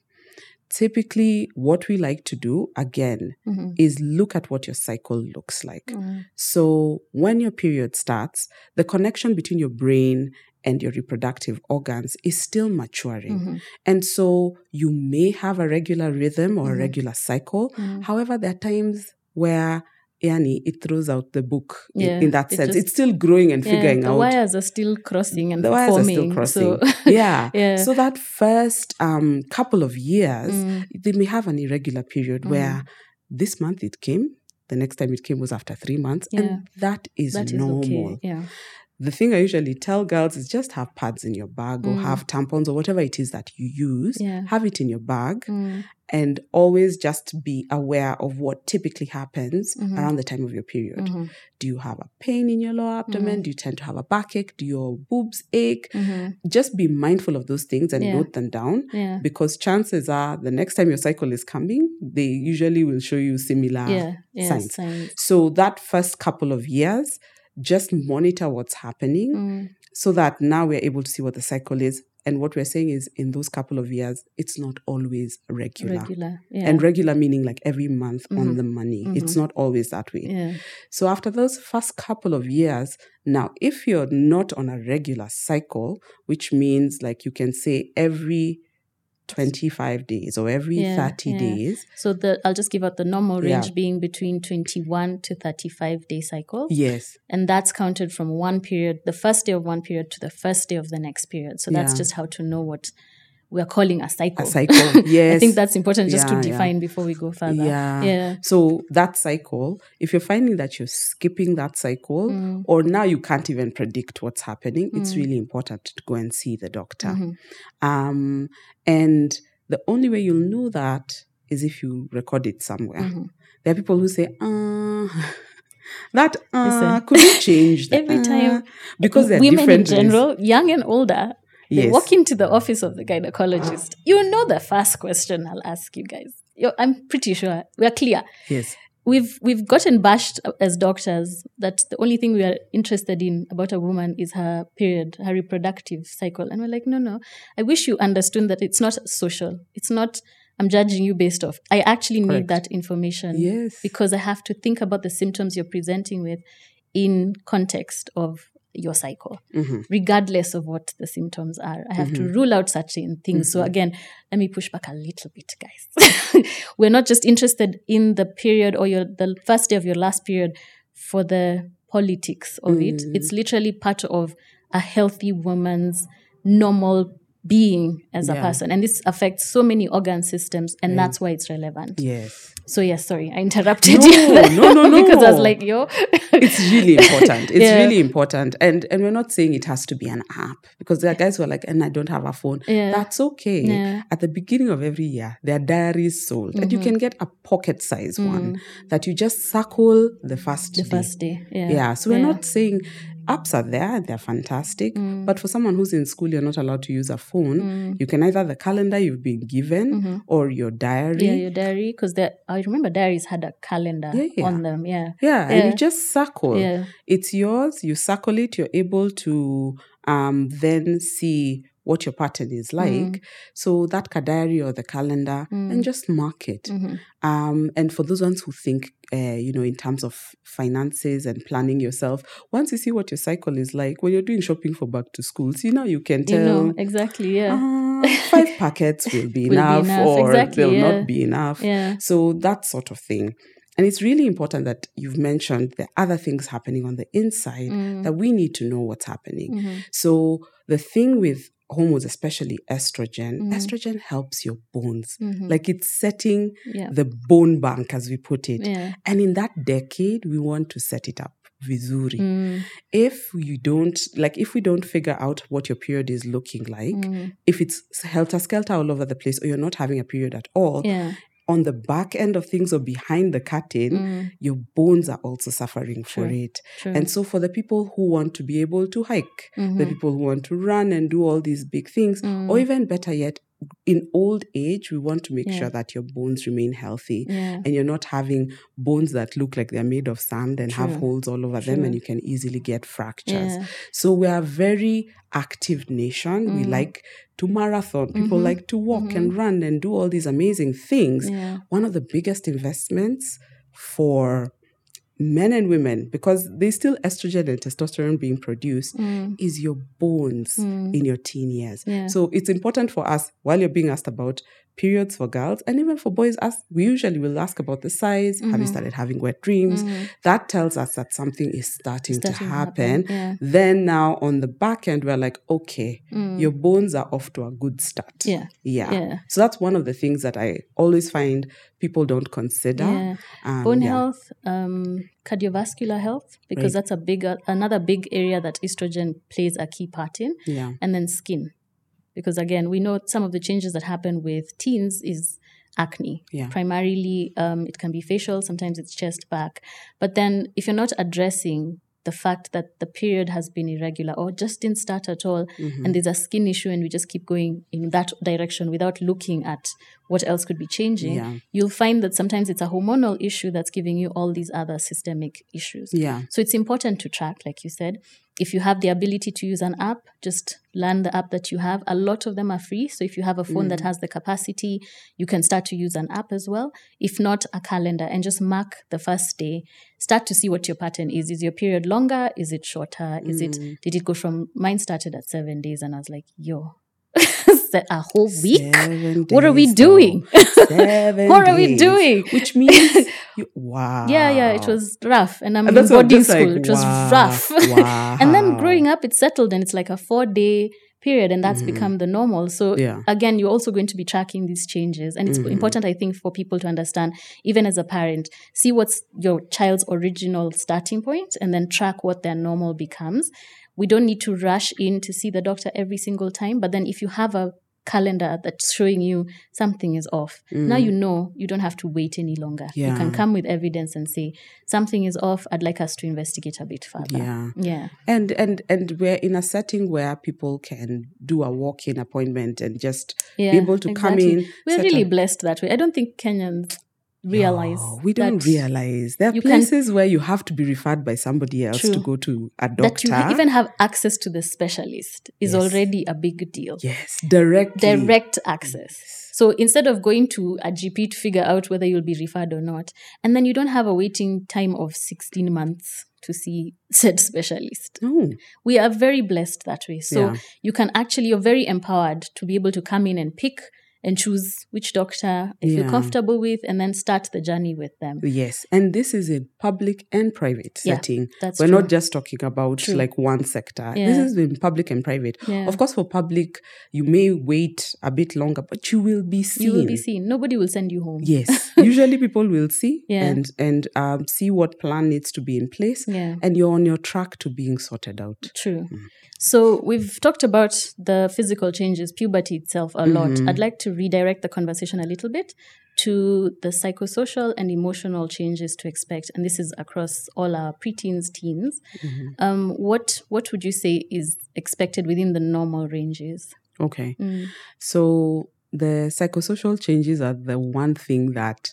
Typically, what we like to do, again, Mhm. is look at what your cycle looks like. Mm. So, when your period starts, the connection between your brain and your reproductive organs is still maturing. Mhm. And so, you may have a regular rhythm or Mhm. a regular cycle. Mm. However, there are times where Yani, it throws out the book in- Yeah, in, that it sense. just- it's still growing and Yeah, figuring the out. wires are still crossing and the wires forming. are still crossing. So, yeah. yeah. So that first um, couple of years, Mm. they may have an irregular period where this month it came, the next time it came was after three months, Yeah. and that is that is normal. okay. Yeah. The thing I usually tell girls is just have pads in your bag or Mm. have tampons or whatever it is that you use, Yeah. have it in your bag, Mm. and always just be aware of what typically happens Mhm. around the time of your period. Mhm. Do you have a pain in your lower Mm. abdomen? Do you tend to have a backache? Do your boobs ache? Mhm. Just be mindful of those things and Yeah. note them down Yeah. because chances are the next time your cycle is coming, they usually will show you similar. Yeah. Yeah. signs. Signs. So that first couple of years, just monitor what's happening Mm. so that now we're able to see what the cycle is. And what we're saying is in those couple of years, it's not always regular. Regular. Yeah. And regular meaning like every month on Mhm. the money. It's Mhm. not always that way. yeah. So after those first couple of years, now if you're not on a regular cycle, which means like you can say every 25 days or every Yeah, 30 yeah. days. So the I'll just give out the normal Yeah. range being between 21 to 35 day cycles. Yes. And that's counted from one period, the first day of one period to the first day of the next period. So that's Yeah. just how to know what we're calling a cycle. A cycle. Yes. Oh. I think that's important just Yeah, to yeah. define before we go further. Yeah. Yeah. So that cycle, if you're finding that you're skipping that cycle Mm. or now you can't even predict what's happening, it's Mm. really important to go and see the doctor. Mhm. Um, and the only way you'll know that is if you record it somewhere. Mhm. There are people who say, uh, that uh, Listen. could you change that? Every time- uh," because they're Women in different reasons. general, young and older, they Yes. walk into the office of the gynecologist. You know the first question I'll ask you guys. You're- I'm pretty sure we're clear. Yes. we've we've gotten bashed as doctors that the only thing we are interested in about a woman is her period, her reproductive cycle, and we're like, no, no. I wish you understood that it's not social. It's not. I'm judging you based off. I actually need Correct. that information Yes. because I have to think about the symptoms you're presenting with in context of your cycle hmm regardless of what the symptoms are. I have Mm-hmm. to rule out certain things. So again, let me push back a little bit, guys. We're not just interested in the period or your the first day of your last period for the politics of it. Mm-hmm. It's literally part of a healthy woman's normal being as a Yeah. Mm. person. And this affects so many organ systems and that's why it's relevant. Yes. So yeah, sorry, I interrupted No, you. no, no, because I was no. like, yo It's really important. It's Yeah. really important. And and we're not saying it has to be an app because there are guys who are like, and I don't have a phone. Yeah. That's okay. Yeah. Mm-hmm. At the beginning of every year, there are diaries sold. And you can get a pocket size one that you just circle the first Mm. the day. first day. Yeah. Yeah. So we're Yeah. Mm. not saying apps are there, they're fantastic. But for someone who's in school, you're not allowed to use a phone. You can either the calendar you've been given or your diary. Mm. Mm-hmm. Yeah, your diary, because I remember diaries had a calendar Yeah, yeah. on them. Yeah, Yeah, and Yeah. you just circle. Yeah. It's yours, you circle it, you're able to um, then see what your pattern is Mm. like. So that ka- diary or the calendar, Mm. and just mark it. Mm-hmm. Um, and for those ones who think, uh, you know, in terms of finances and planning yourself, once you see what your cycle is like, when you're doing shopping for back to school, see now you can you tell. know exactly. Yeah, "Ah, five packets will be Will be enough, enough, or exactly, they'll yeah. not be enough. yeah, So that sort of thing. And it's really important that you've mentioned the other things happening on the inside Mm-hmm. that we need to know what's happening. Mm. So the thing with hormones, especially estrogen, Mm-hmm. estrogen helps your bones. Like it's setting Yeah. the bone bank, as we put it. Yeah. And in that decade, we want to set it up. Vizuri. Mm, If you don't like, if we don't figure out what your period is looking like, mm, if it's helter skelter all over the place, or you're not having a period at all, yeah. on the back end of things or behind the curtain, Mm, your bones are also suffering for True. it. true. And so, for the people who want to be able to hike, the Mhm. people who want to run and do all these big things, Mm. or even better yet, in old age, we want to make Yeah. sure that your bones remain healthy. yeah. And you're not having bones that look like they're made of sand and have True. holes all over them, True. and you can easily get fractures. Yeah. So we are a very active nation. We Mm. like to marathon. People Mhm. like to walk and run and do all these amazing things. Yeah. One of the biggest investments for men and women, because there's still estrogen and testosterone being produced, Mm, is your bones mm, in your teen years. yeah. So it's important for us while you're being asked about periods for girls and even for boys, us we usually will ask about the size. Have you Mhm. started having wet dreams? Mm, That tells us that something is starting, starting to happen Yeah. then now on the back end we're like okay Mm, your bones are off to a good start yeah. yeah, Yeah. so that's one of the things that i always find people don't consider Yeah. Um, Bone yeah. health, um, cardiovascular health, because Right. that's a big, another big area that estrogen plays a key part in. yeah and then skin because again we know some of the changes that happen with teens is acne Yeah. primarily um, it can be facial sometimes it's chest back but then if you're not addressing the fact that the period has been irregular or just didn't start at all Mhm. and there's a skin issue and we just keep going in that direction without looking at what else could be changing yeah you'll find that sometimes it's a hormonal issue that's giving you all these other systemic issues yeah so it's important to track, like you said. If you have the ability to use an app, just learn the app that you have. A lot of them are free. So if you have a phone Mm. that has the capacity, you can start to use an app as well. If not, a calendar and just mark the first day. Start to see what your pattern is. Is your period longer? Is it shorter? Is Mm. it, did it go from, mine started at seven days and I was like, yo, a whole week? Seven What are we days, doing? though. Seven What are we days. doing? Which means, you, wow. Yeah, yeah, it was rough. And I'm And that's in what I'm boarding just school. like, it was wow, rough. and then wow. growing up, it's settled and it's like a four day period, and that's become the normal. So, Mm-hmm. Yeah. Mm-hmm. again, you're also going to be tracking these changes. And it's important, I think, for people to understand, even as a parent, see what's your child's original starting point and then track what their normal becomes. We don't need to rush in to see the doctor every single time. But then if you have a calendar that's showing you something is off. mm. Now you know you don't have to wait any longer. You can Mm-hmm. Yeah. come with evidence and say something is off. I'd like us to investigate a bit further. Yeah. Yeah. And and and we're in a setting where people can do a walk-in appointment and just Yeah, be able to exactly. come in. We're set really up- blessed that way. I don't think Kenyans realize. No, we don't that- realize there are you can- places where you have to be referred by somebody else to True. go to a doctor. That you ha- even have access to the specialist is Yes. already a big deal. yes, directly. direct access. So instead of going to a GP to figure out whether you'll be referred or not, and then you don't have a waiting time of 16 months to see said specialist. No, We are very blessed that way. So Yeah. you can actually, you're very empowered to be able to come in and pick and choose which doctor if Yeah. you're comfortable with and then start the journey with them. yes, and this is in public and private Yeah, setting. that's We're true. not just talking about True. like one sector. This Yeah. is in public and private. Yeah. Of course, for public, you may wait a bit longer, but you will be seen. you will be seen. Nobody will send you home. Yes. Usually people will see Yeah. and and um, see what plan needs to be in place, Yeah. and you're on your track to being sorted out. True. Mm. So we've talked about the physical changes, puberty itself, a lot. Mm-hmm. I'd like to redirect the conversation a little bit to the psychosocial and emotional changes to expect, and this is across all our preteens, teens. Mm-hmm. Um, what what would you say is expected within the normal ranges? Okay. Mm. So the psychosocial changes are the one thing that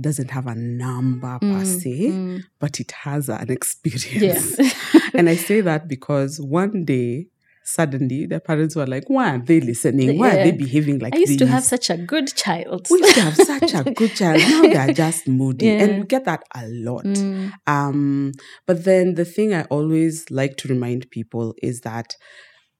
doesn't have a number per se, mm. but it has an experience. Yes. and I say that because one day suddenly their parents were like, Why are they listening? Why are they Yeah. behaving like I used this? to have such a good child. we used to have such a good child. Now they're just moody. And Yeah. we get that a lot. Mm, Um, but then the thing I always like to remind people is that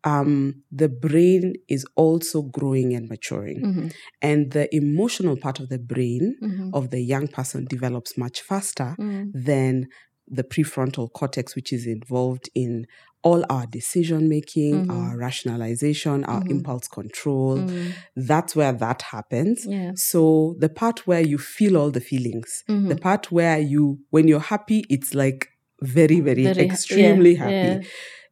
um, the brain is also growing and maturing. Mm-hmm. And the emotional part of the brain of the young person develops much faster Mm-hmm. than the prefrontal cortex, which is involved in all our decision making, Mhm. our rationalization, our Mhm. impulse control. That's where that happens. Mm-hmm. Yeah. So the part where you feel all the feelings, the Mhm. part where you, when you're happy, it's like very, very, Very ha- extremely yeah, happy,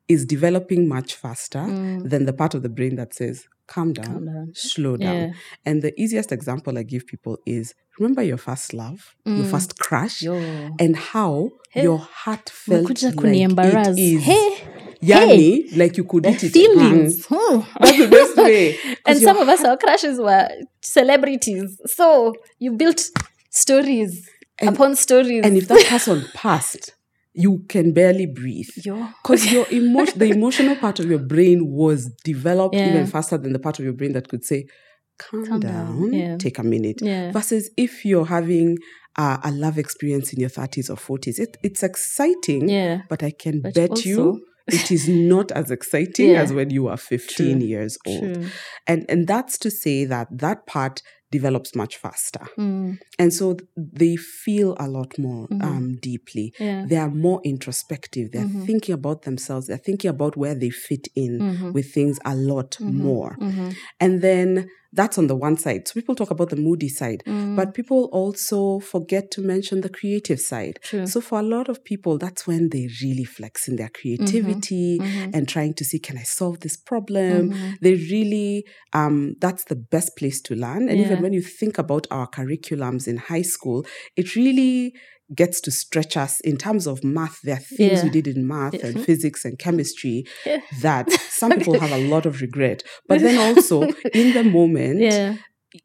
is developing much faster yeah. Mm. than the part of the brain that says, calm down, Calm down. slow down. Yeah. And the easiest example I give people is remember your first love, your Mm. first crush, Yo. and how Hey. your heart felt like Umekuja it kuniembarrass. is. Hey, Yani, like you could the eat it. feelings. Mm. Hmm. That's the best way. 'Cause and your some of us, our crushes were celebrities. So you built stories And- upon stories. And if that person passed, you can barely breathe. Yo. Because your emotion, the emotional part of your brain was developed Yeah. even faster than the part of your brain that could say, calm, Calm down, down, yeah. take a minute. Yeah. Versus if you're having uh, a love experience in your 30s or 40s, it, it's exciting, Yeah. but I can But bet also- you it is not as exciting Yeah. as when you are 15 True, years old. True. And, and that's to say that that part develops much faster. Mm. And so th- they feel a lot more Mhm. um, deeply. Yeah. They are more introspective. They're Mhm. thinking about themselves. They're thinking about where they fit in Mhm. with things a lot Mhm. more. Mhm. And then that's on the one side. So people talk about the moody side, Mm. but people also forget to mention the creative side. True. So for a lot of people, that's when they really flex in their Mm-hmm. creativity Mhm. and trying to see, can I solve this problem? Mhm. They really, um, that's the best place to learn. And Yeah. even when you think about our curriculums in high school, it really gets to stretch us in terms of math. There are things Yeah. we did in math and Mhm. physics and chemistry Yeah. that some people have a lot of regret. But then also in the moment, Yeah.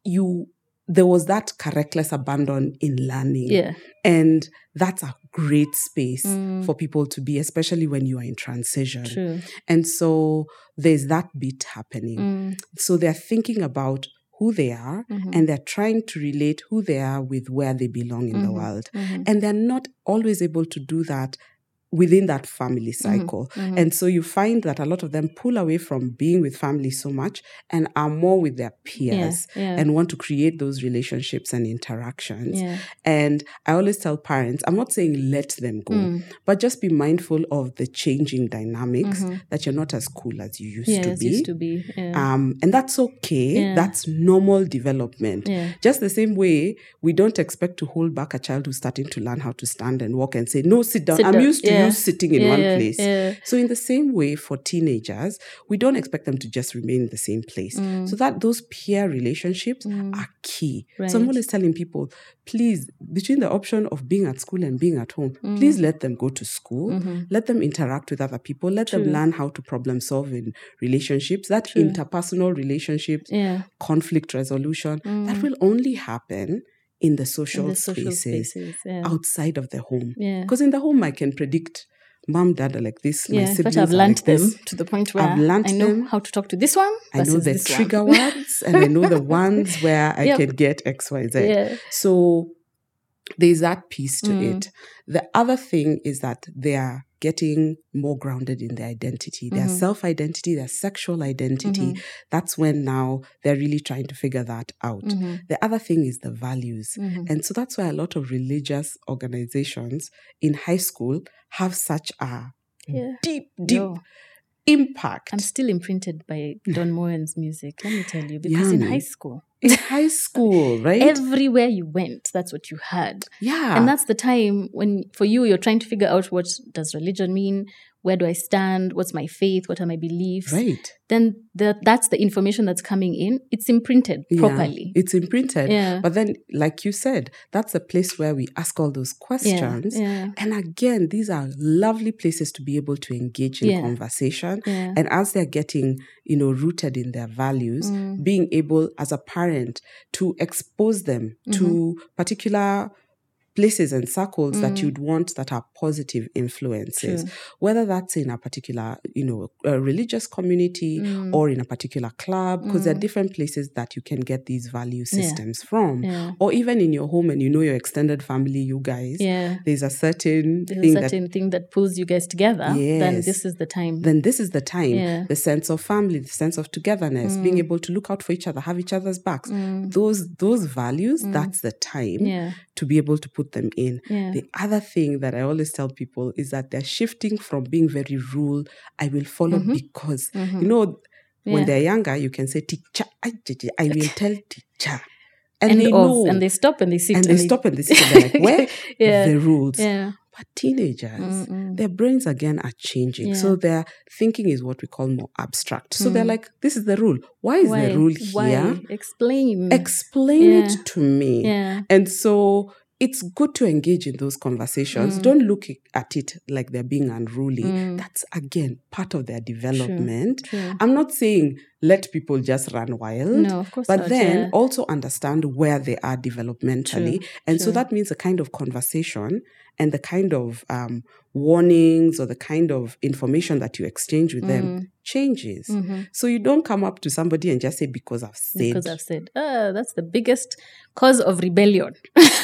you there was that reckless abandon in learning. Yeah. And that's a great space Mm. for people to be, especially when you are in transition. True. And so there's that bit happening. Mm. So they're thinking about who they are Mhm. and they're trying to relate who they are with where they belong in the Mhm. world. Mhm. And they're not always able to do that within that family cycle. Mhm. And so you find that a lot of them pull away from being with family so much and are more with their Yeah. peers Yeah. and want to create those relationships and interactions. yeah. And I always tell parents, I'm not saying let them go, Mm. but just be mindful of the changing dynamics Mhm. that you're not as cool as you used Yeah, to as be. used to be. Yeah. Um, and that's okay. Mm. Yeah. That's normal development. Yeah. Just the same way, we don't expect to hold back a child who's starting to learn how to stand and walk and say, No, sit down. Sit I'm down. used to Yeah. you sitting in yeah, one yeah, place. Yeah. So, in the same way for teenagers, we don't expect them to just remain in the same place. Mm. So, that those peer relationships Mm. are key. So, Right. I'm always telling people, please, between the option of being at school and being at home, Mm. please let them go to school. Mhm. Let them interact with other people. Let True. them learn how to problem solve in relationships. That True. interpersonal relationships, Yeah. conflict resolution, that Mm. will only happen in the social, In the social spaces, spaces. Yeah. outside of the home. yeah. Because in the home, I can predict mom, dad are like this, my Yeah, in siblings fact, I've are learnt like them this. to the point where i learnt know them. how to talk to this one I know versus the this trigger one. words and I know the ones where I Yep. can get X, Y, Z. yeah. So there's that piece to Mm. it. The other thing is that they are getting more grounded in their identity, their Mhm. self identity, their sexual identity. Mhm. That's when now they're really trying to figure that out. Mhm. The other thing is the values. Mhm. And so that's why a lot of religious organizations in high school have such a Yeah. deep, deep Yo, impact. I'm still imprinted by Don Moen's music, let me tell you, because in Yummy. high school, in high school, right? Ah. everywhere you went, that's what you had. yeah. and that's the time when for you you're trying to figure out what does religion mean where do i stand what's my faith what are my beliefs right. then the, that's the information that's coming in it's imprinted Yeah. properly It's imprinted. yeah But then, like you said, that's a place where we ask all those yeah questions. yeah And again, these are lovely places to be able to engage in Yeah. conversation. yeah And as they're getting, you know, rooted in their values, Mm. Mm-hmm. being able as a parent to expose them to particular places and circles that you'd want that are positive influences Mm. True. whether that's in a particular you know a religious community Mm. or in a particular club because there are different places that you can get these value systems from Yeah. or even in your home and you know your extended family you guys Yeah. there's a certain There's thing a certain thing that pulls you guys together. Then Yes. this is the time. that then this is the time Yeah. Mm. the sense of family the sense of togetherness being able to look out for each other have each other's backs those those values that's the time Mm. yeah. to be able to put them in Yeah. the other thing that I always tell people is that they're shifting from being very rule, I will follow because, you know, Mm-hmm. Yeah. when they're younger, you can say, teacher, I, did it. I will tell teacher. And, End they of. know. And they stop and they sit. And they stop and they sit and they're like, where? Yeah. The rules. Yeah. Mm. But teenagers, Mm-mm. their brains again are changing. Yeah. Mm. So their thinking is what we call more abstract. So they're like, this is the rule. Why is Why? the rule Why? here? Explain. Explain Yeah. it to me. yeah. And so it's good to engage in those conversations. Mm. Don't look i- at it like they're being unruly. That's again part of their development. True. I'm not saying let people just run wild. No, of course But not, then yeah. also understand where they are developmentally. And so that means the kind of conversation and the kind of um, warnings or the kind of information that you exchange with Mm. them changes. So you don't come up to somebody and just say, because I've said. Mm-hmm. Because I've said, oh, that's the biggest cause of rebellion.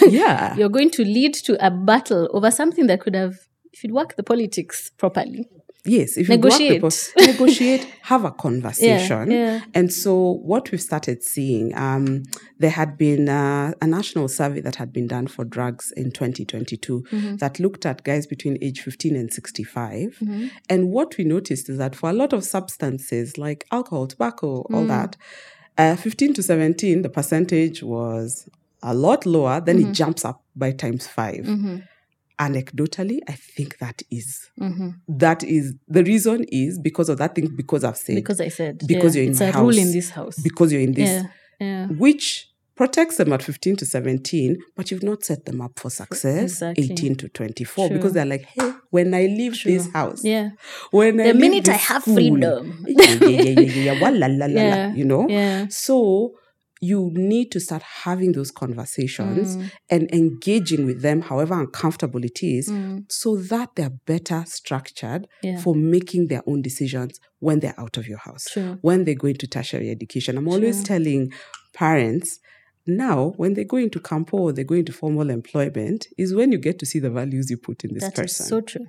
yeah. You're going to lead to a battle over something that could have, if you'd work the politics properly. Yes, if you Negotiate. negotiate, negotiate, have a conversation. yeah. And so, what we've started seeing, um, there had been uh, a national survey that had been done for drugs in 2022 that looked at guys between age 15 and 65. And what we noticed is that for a lot of substances like alcohol, tobacco, all that, uh, 15 to 17, the percentage was a lot lower. Then it jumps up by times 5 Mm. Mm-hmm. Anecdotally, I think that is hmm that is the reason is because of that thing because I've said because, Because I said, Because yeah, you're in it's my a rule house. in this house. you're in this, yeah. Yeah. which protects them at 15 to 17, but you've not set them up for success Exactly. 18 to 24 True. because they're like, hey, when I leave True. this house, Yeah. when I The leave minute I this have school, freedom. yeah, yeah, yeah, yeah, yeah, wa la la la la, Yeah. you know, Yeah. so you need to start having those conversations Mm. and engaging with them, however uncomfortable it is, Mm. so that they're better structured Yeah. for making their own decisions when they're out of your house, True. when they go into tertiary education. I'm always telling parents now, when they go into campo or they go into formal employment, is when you get to see the values you put in this That is person. so true.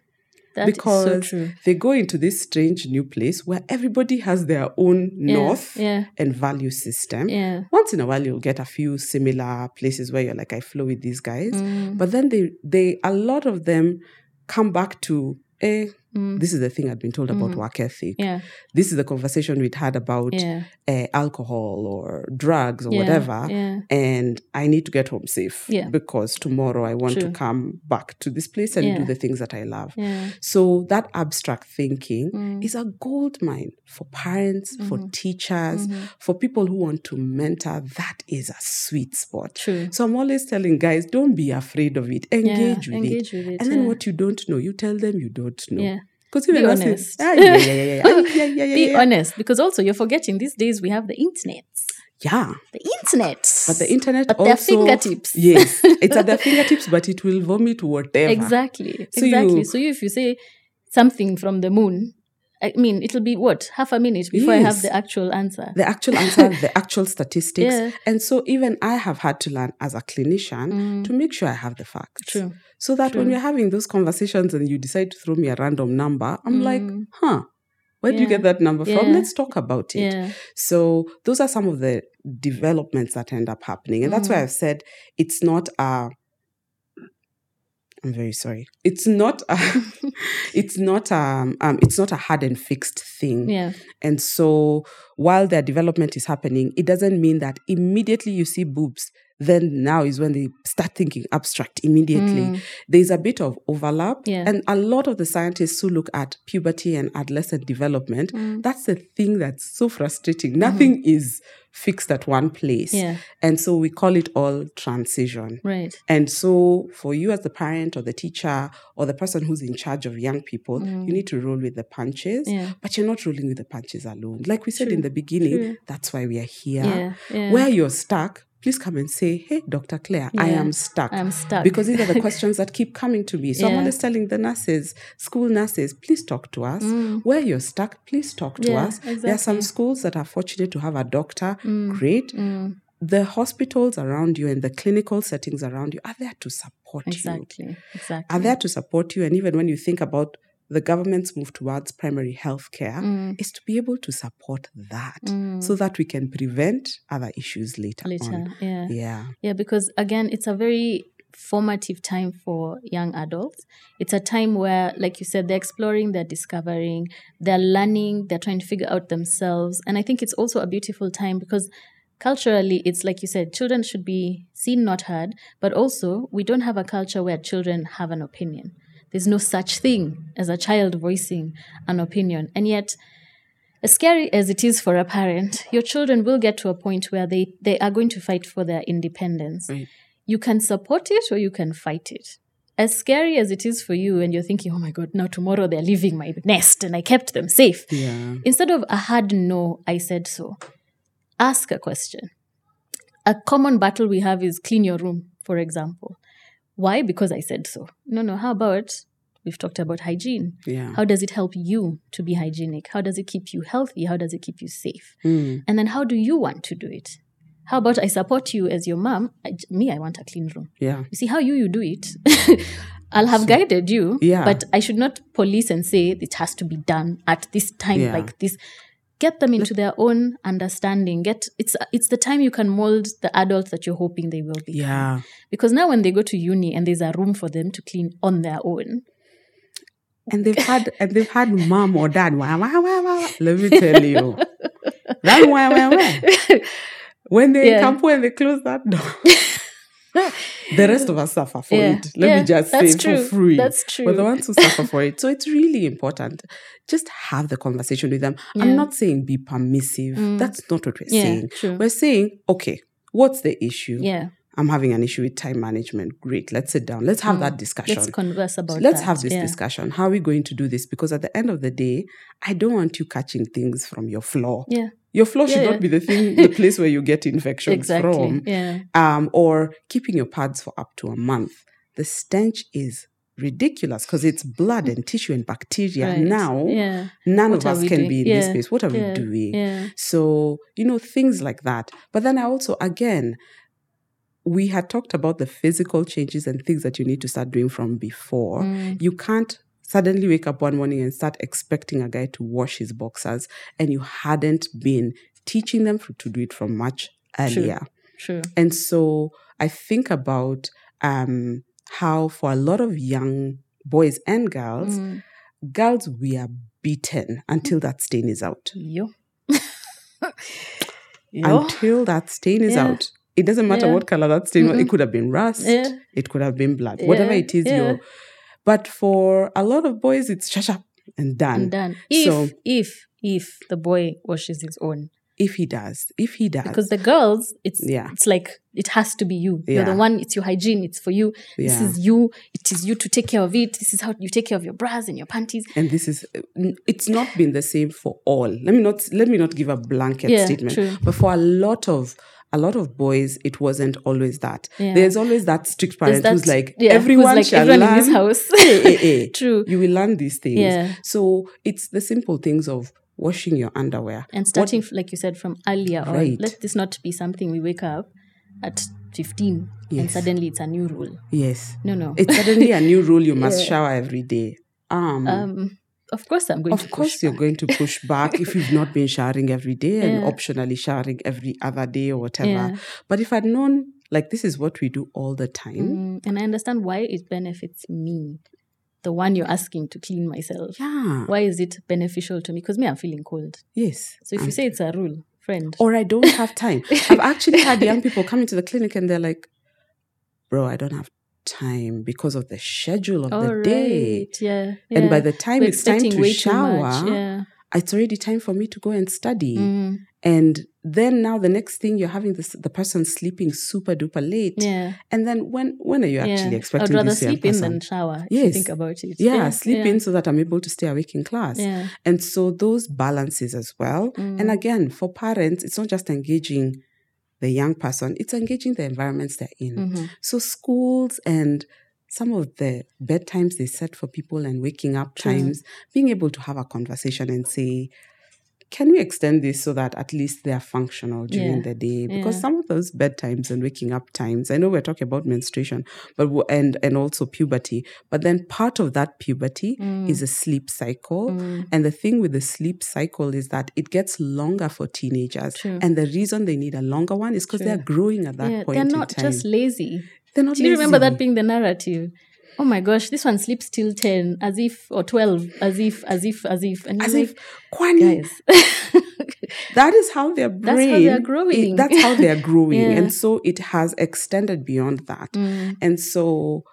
That is so because true. they go into this strange new place where everybody has their own Yeah. north Yeah. and value system. Yeah. Once in a while, you'll get a few similar places where you're like, I flow with these guys. Mm. But then they, they, a lot of them come back to, eh, Mm. this is the thing I've been told about Mhm. work ethic. Yeah. This is the conversation we'd had about Yeah. eh, alcohol or drugs or yeah, whatever. Yeah. And I need to get home safe Yeah. because tomorrow I want True. to come back to this place and Yeah. do the things that I love. Yeah. So that abstract thinking Mm. is a gold mine for parents, for Mhm. teachers, Mhm. for people who want to mentor. That is a sweet spot. True. So I'm always telling guys, don't be afraid of it. Engage yeah. with it. Engage with it. And then yeah. what you don't know, you tell them you don't know. Yeah. Because Be even us, honest. ah, yeah, yeah, yeah, yeah, Ah, yeah, yeah, yeah, Be yeah. honest, because also you're forgetting these days we have the internet. yeah. The internet. But the internet At also their fingertips. Yes, it's at their fingertips, but it will vomit whatever. Exactly. So exactly. you- so you, if you say something from the moon, I mean, it'll be what half a minute before I have Yes. the actual answer. The actual answer, the actual statistics, Yeah. and so even I have had to learn as a clinician Mm. to make sure I have the facts. True. So that when True. we're having those conversations and you decide to throw me a random number, I'm like, Mm. huh, where do you Yeah. get that number from? Yeah. Let's talk about it. Yeah. So those are some of the developments that end up happening. And that's why Mhm. I've said it's not a I'm very sorry. It's not a it's not um, um it's not a hard and fixed thing. Yeah. And so while their development is happening, it doesn't mean that immediately you see boobs, then now is when they start thinking abstract immediately. Mm. There's a bit of overlap. Yeah. And a lot of the scientists who look at puberty and adolescent development, Mm. Mm-hmm. that's the thing that's so frustrating. Nothing is fixed at one place. Yeah. And so we call it all transition. Right. And so, for you as the parent or the teacher or the person who's in charge of young people, you need to roll with the punches, Mm. Yeah. but you're not rolling with the punches alone. Like we said True. in the beginning, True. that's why we are here. Yeah. Yeah. Where you're stuck, please come and say, Hey, Dr. Claire, I Yeah, am stuck. I'm stuck. Because these are the questions that keep coming to me. Someone Yeah. is telling the nurses, school nurses, please talk to us. Where you're stuck, please talk to Mm. Yeah, us. There are some exactly. Mm. schools that are fortunate to have a doctor. Great. The hospitals around you and the clinical settings around you are there to support you exactly. Exactly. are there to support you. And even when you think about the government's move towards primary health care, Mm. is to be able to support that so that we can prevent other issues later, Later. on. Yeah. Yeah. Yeah, because again, it's a very formative time for young adults. It's a time where, like you said, they're exploring, they're discovering, they're learning, they're trying to figure out themselves. And I think it's also a beautiful time because culturally, it's like you said, children should be seen, not heard. But also, we don't have a culture where children have an opinion. There's no such thing as a child voicing an opinion. And yet, as scary as it is for a parent, your children will get to a point where they, they are going to fight for their independence. Right. You can support it or you can fight it. As scary as it is for you, and you're thinking, oh my God, now tomorrow they're leaving my nest and I kept them safe. Yeah. Instead of a hard no, I said so, ask a question. A common battle we have is clean your room, for example. Why? Because I said so. No, no, how about we've talked about hygiene? Yeah. How does it help you to be hygienic? How does it keep you healthy? How does it keep you safe? Mm. And then how do you want to do it? How about I support you as your mom? I, me, I want a clean room. Yeah. You see how you, you do it. I'll have guided you, Yeah. but I should not police and say it has to be done at this time Yeah. like this. Get them into their own understanding. Get it's it's the time you can mold the adult that you're hoping they will be. Yeah. Because now when they go to uni and there's a room for them to clean on their own, And they've had and they've had mom or dad. Wah, wah, wah, wah. wah. Let me tell you. that wah, wah, wah. When they Yeah. come when they close that door. the rest of us suffer for Yeah. it. Let Yeah, me just that's say true. for free. That's We're true. the ones who suffer for it. So it's really important. Just have the conversation with them. Yeah. Mm. I'm not saying be permissive. That's not what we're Yeah, saying. true. We're saying, okay, what's the issue? yeah, I'm having an issue with time management. Great. Let's sit down. Let's have that discussion. Mm. let's converse about. So let's that. have this Yeah. discussion. How are we going to do this? Because at the end of the day, I don't want you catching things from your floor. Yeah, Your floor should Yeah, yeah. not be the thing, the place where you get infections exactly. from. Yeah, Um, or keeping your pads for up to a month. The stench is ridiculous because it's blood and tissue and bacteria. right. Now, yeah, none What of are us we can doing? be in this Yeah, space. What are yeah, we doing? yeah, So, you know, things like that. But then I also, again, we had talked about the physical changes and things that you need to start doing from before. Mm, You can't suddenly wake up one morning and start expecting a guy to wash his boxers and you hadn't been teaching them f- to do it from much earlier. true. And so I think about um, how for a lot of young boys and girls, Mm. girls, we are beaten until that stain is out. Yo. until that stain is Yeah. out. It doesn't matter Yeah. what color that stain was. Mm-mm. It could have been rust. Yeah. It could have been blood. Whatever Yeah, it is, yeah. you're. But for a lot of boys, it's shush up and done. I'm done. If So- if if the boy washes his own, If he does, if he does, because the girls, it's Yeah. it's like it has to be you. You're Yeah. the one. It's your hygiene. It's for you. This Yeah. is you. It is you to take care of it. This is how you take care of your bras and your panties. and this is, it's not been the same for all. Let me not let me not give a blanket Yeah, statement. true. But for a lot of a lot of boys, it wasn't always that. Yeah. There's always that strict parent that- who's like, yeah, who's everyone like, shall everyone in this learn Eh, house." A, A, A. True. You will learn these things. Yeah. So it's the simple things of washing your underwear And What- starting, f like you said, from earlier on, Right. let this not be something we wake up at 15 and Yes. suddenly it's a new rule. Yes. No, no. It's suddenly a new rule. You must Yeah. shower every day. Um, um, of course, I'm going to of course, push you're back. going to push back if you've not been showering every day and Yeah. optionally showering every other day or whatever. Yeah. But if I'd known, like, this is what we do all the Mm, time. and I understand why it benefits me, the one you're asking to clean myself. Yeah. Why is it beneficial to me? Because me, I'm feeling cold. Yes. So if you say it's a rule, friend, Or I don't have time. I've actually had young people come into the clinic and they're like, bro, I don't have time because of the schedule of the All day. right, yeah, And by yeah. the time We're it's time expecting to way too much, shower, yeah. it's already time for me to go and study. Mm, And then now the next thing you're having this the person sleeping super duper late. yeah. And then when when are you actually expecting I'd rather this young sleep in person? than shower. If you Yes. think about it. yeah, sleep yeah, in so that I'm able to stay awake in class. Yeah, Mm. And so those balances as well. And again, for parents, it's not just engaging the young person, it's engaging the environments they're in. Mm-hmm. So schools and some of the bedtimes they set for people and waking up times, being able to have a conversation and say, can we extend this so that at least they are functional during Yeah. the day? Because Yeah. some of those bedtimes and waking up times, I know we're talking about menstruation, but w- and and also puberty. But then part of that puberty Mm. is a sleep cycle, and the thing with the sleep cycle is that it gets longer for teenagers, True. and the reason they need a longer one is because True. they are growing at that Yeah, point. they're in not time. just lazy. They're not Do you remember lazy. that being the narrative? Oh my gosh, this one sleeps till ten, as if or twelve, as if, as if, as if, and you're As like, "Hmm, if, Kwani, guys. that is how their brain. That's how they are it- growing. that's how they are growing, Yeah. Mm. and so it has extended beyond that. And so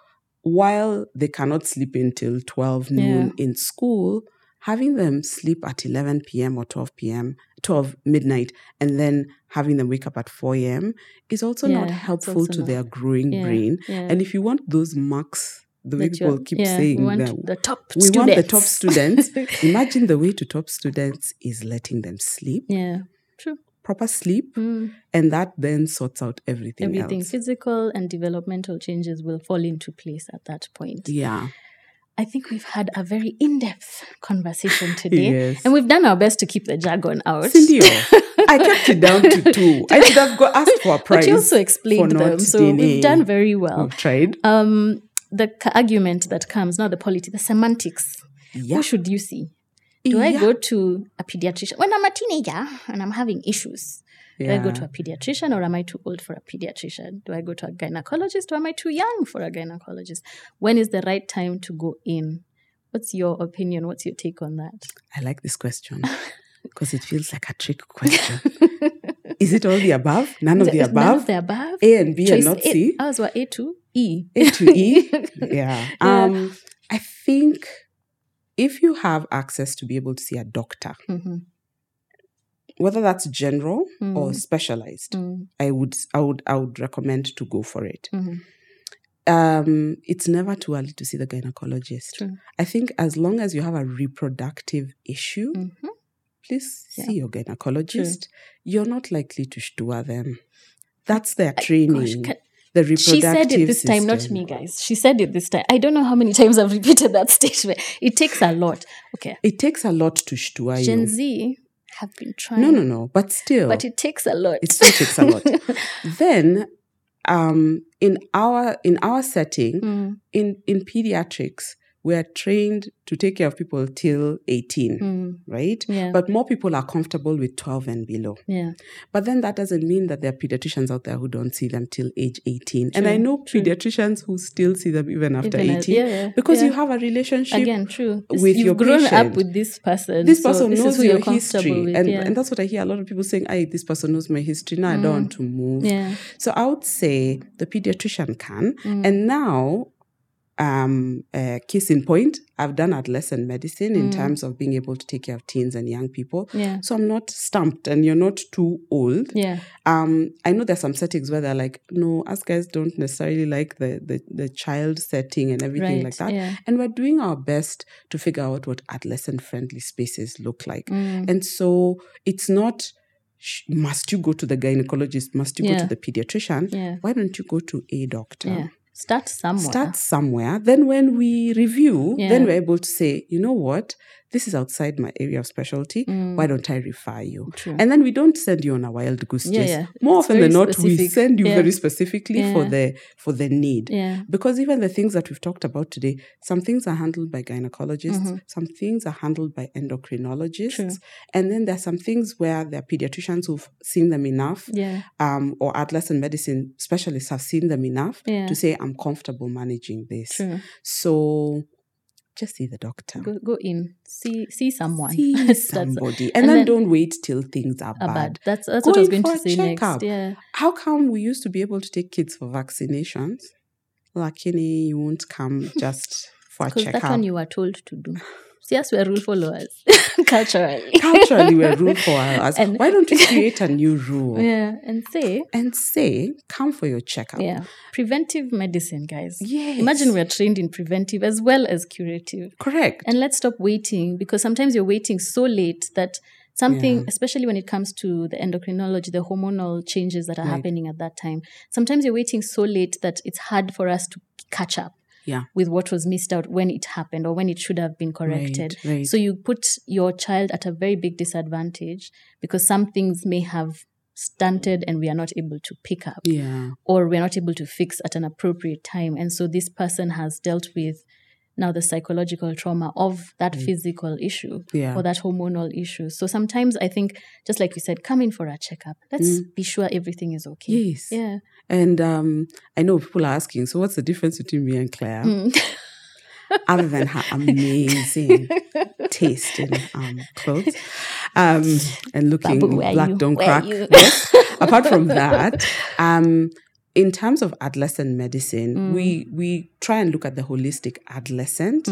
while they cannot sleep until 12 noon in school, having them sleep at 11 p.m. or 12 p.m., 12 midnight, and then having them wake up at 4 a.m. is also Yeah, not it's helpful also to not- their growing Yeah, brain. yeah. And if you want those marks, the way That you're- people keep yeah, saying we want that the top we students. want the top students, imagine the way to top students is letting them sleep, yeah, true. proper sleep, Mm, and that then sorts out everything, everything else. physical and developmental changes will fall into place at that point. Yeah. I think we've had a very in-depth conversation today, Yes. and we've done our best to keep the jargon out. Cindy, oh, I kept it down to two. I should have go asked for a prize. but you also explained for not them, so DNA. we've done very well. We've tried. Um, the c- argument that comes, not the polity, the semantics. yeah. Who should you see? Oh, Do I Yeah. go to a pediatrician when I'm a teenager and I'm having issues? Do I go Yeah. to a pediatrician or am I too old for a pediatrician? Do I go to a gynecologist or am I too young for a gynecologist? When is the right time to go in? What's your opinion? What's your take on that? I like this question because it feels like a trick question. Is it all the above? None of Is the None of above? the above. A and B Choice and not A- C? Ours were A to E. A to E? Yeah. Yeah. Um, I think if you have access to be able to see a doctor, Mhm. whether that's general or Mm. specialized, Mm. I would I would I would recommend to go for it. Mhm. Um, it's never too early to see the gynecologist. True. I think as long as you have a reproductive issue, Mhm. please Yeah. see your gynecologist. You're not likely to stir them. That's their Oh Gosh, training. can- the reproductive she said it this time, not system. me, guys. She said it this time. I don't know how many times I've repeated that statement. It takes a lot. Okay. It takes a lot to stir Gen you. Z have been trying. No, no, no. But still, But it takes a lot. it still takes a lot. then, um, in our in our setting, Mm, in in pediatrics, we are trained to take care of people till 18, mm, right? yeah. But more people are comfortable with 12 and below. yeah. But then that doesn't mean that there are pediatricians out there who don't see them till age 18. and I True, know true. pediatricians who still see them even after Even 18 as- yeah, yeah, because yeah. you have a relationship. Again, true. This- with you've your grown up patient. with this person. This so person this is knows who your you're comfortable history. With. and, yeah. Mm. and that's what I hear a lot of people saying, hey, this person knows my history. Now I don't want to move. yeah. So I would say the pediatrician can. Mm. And now, um, uh, case in point, I've done adolescent medicine in Mm. terms of being able to take care of teens and young people. yeah. So I'm not stumped, and you're not too old. Yeah. Um, I know there's some settings where they're like, no, us guys don't necessarily like the the, the child setting and everything Right. like that. Yeah. And we're doing our best to figure out what adolescent friendly spaces look like. Mm. And so it's not sh- must you go to the gynecologist, must you go Yeah. to the pediatrician. Yeah. Why don't you go to a doctor? Yeah. Start somewhere. Start somewhere. Then when we review, then Yeah. we're able to say, you know what, this is outside my area of specialty. Mm. Why don't I refer you? True. And then we don't send you on a wild goose Yeah, chase. yeah. More It's often than very not, we specific. send you Yeah. very specifically for Yeah. the for the need. yeah. Because even the things that we've talked about today, some things are handled by gynecologists, Mhm. some things are handled by endocrinologists, True. and then there are some things where there are pediatricians who've seen them enough, Yeah. um, or adolescent medicine specialists have seen them enough Yeah. to say, I'm comfortable managing this. True. So just see the doctor. Go, go in. See see someone. See That's- somebody. and And, then, then- don't wait till things are, are bad. bad. That's that's Go what I was going in to for a say checkup. next. Yeah. How come we used to be able to take kids for vaccinations? Lakini, you won't come just for a Because checkup. that one you were told to do. See us, we are rule followers culturally. Culturally, we're rule followers. And- Why don't we create a new rule Yeah, and say, and say, come for your checkup? yeah, preventive medicine, guys. Yes. Imagine we're trained in preventive as well as curative. correct. And let's stop waiting because sometimes you're waiting so late that Something, especially when it comes to the endocrinology, the hormonal changes that are Right. happening at that time. Sometimes you're waiting so late that it's hard for us to catch up Yeah. with what was missed out when it happened or when it should have been corrected. Right, right. So you put your child at a very big disadvantage because some things may have stunted and we are not able to pick up yeah. or we're not able to fix at an appropriate time. And so this person has dealt with now the psychological trauma of that physical issue Mm. Yeah. or that hormonal issue. So sometimes I think, just like you said, come in for a checkup. Let's be sure everything is okay. Mm. Yes. Yeah. And um, I know people are asking, so what's the difference between me and Claire? Mm. Other than her amazing Mm. taste in um, clothes um, and looking Babu, where are black you? don't Where are crack. you? Yes. Apart from that, um, in terms of adolescent medicine, Mm. we we try and look at the holistic adolescent.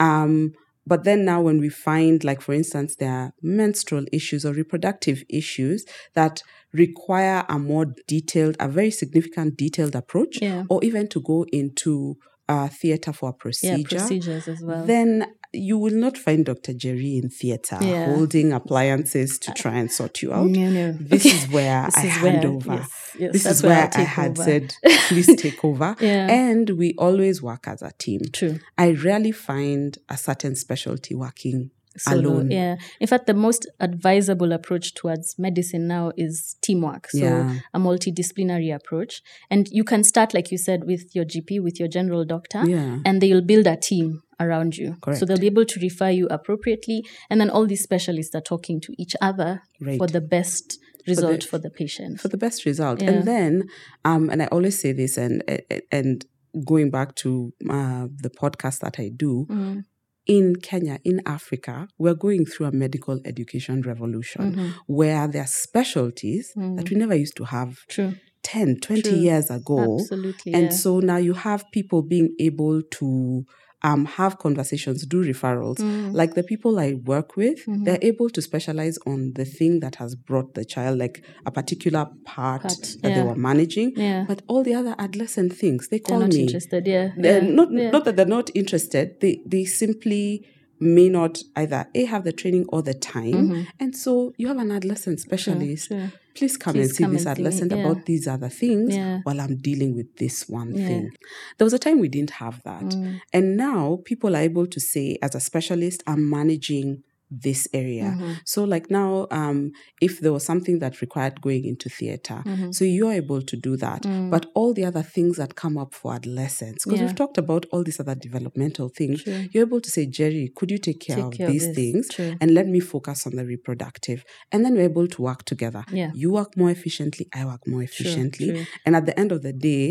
Um, but then now when we find, like, for instance, there are menstrual issues or reproductive issues that require a more detailed, a very significant detailed approach, Yeah. or even to go into uh, theater for a Yeah. procedure, Procedures as well. then you will not find Dr. Jerry in theater Yeah. holding appliances to try and sort you out. No, no. This Okay. is where This I is hand where- over. yes, yes, this that's is where where I'll I take had over. said, please take over. Yeah. And we always work as a team. True. I rarely find a certain specialty working solo. alone. Yeah. In fact, the most advisable approach towards medicine now is teamwork. So Yeah. a multidisciplinary approach. And you can start, like you said, with your GP, with your general doctor, Yeah. and they'll build a team around you. So Correct. they'll be able to refer you appropriately. And then all these specialists are talking to each other Right. for the best result for the, patient. for the best result. Yeah. And then, um, and I always say this, and eh, and going back to uh, the podcast that I do Mm, in Kenya, in Africa, we're going through a medical education revolution mhm. where there are specialties that we never used to have True. 10, 20 Mm. True. years ago. Absolutely. Oh, And yeah. so now you have people being able to um, have conversations, do referrals. Mm. Like the people I work with, Mm-hmm. they're able to specialize on the thing that has brought the child, like a particular part, Part, that yeah. they were managing. Yeah. But all the other adolescent things, they They're call not me. interested. Yeah. They're yeah, not, yeah. not that they're not interested, they, they simply may not either A, have the training or the time. And so you have an adolescent specialist. Mm-hmm. sure. Please come Please and see come this and see me, adolescent yeah. about these other things Yeah. while I'm dealing with this one Yeah. thing. There was a time we didn't have that. Mm. And now people are able to say, as a specialist, I'm managing this area. Mm-hmm. So, like now, um, if there was something that required going into theater, Mm-hmm. so you're able to do that. But all the other things that come up for adolescents, because Mm. Yeah. we've talked about all these other developmental things, Sure. you're able to say, Jerry, could you take care, Take of, care of these this. things True. and let me focus on the reproductive? And then we're able to work together. Yeah. You work more efficiently, I work more efficiently. true. And at the end of the day,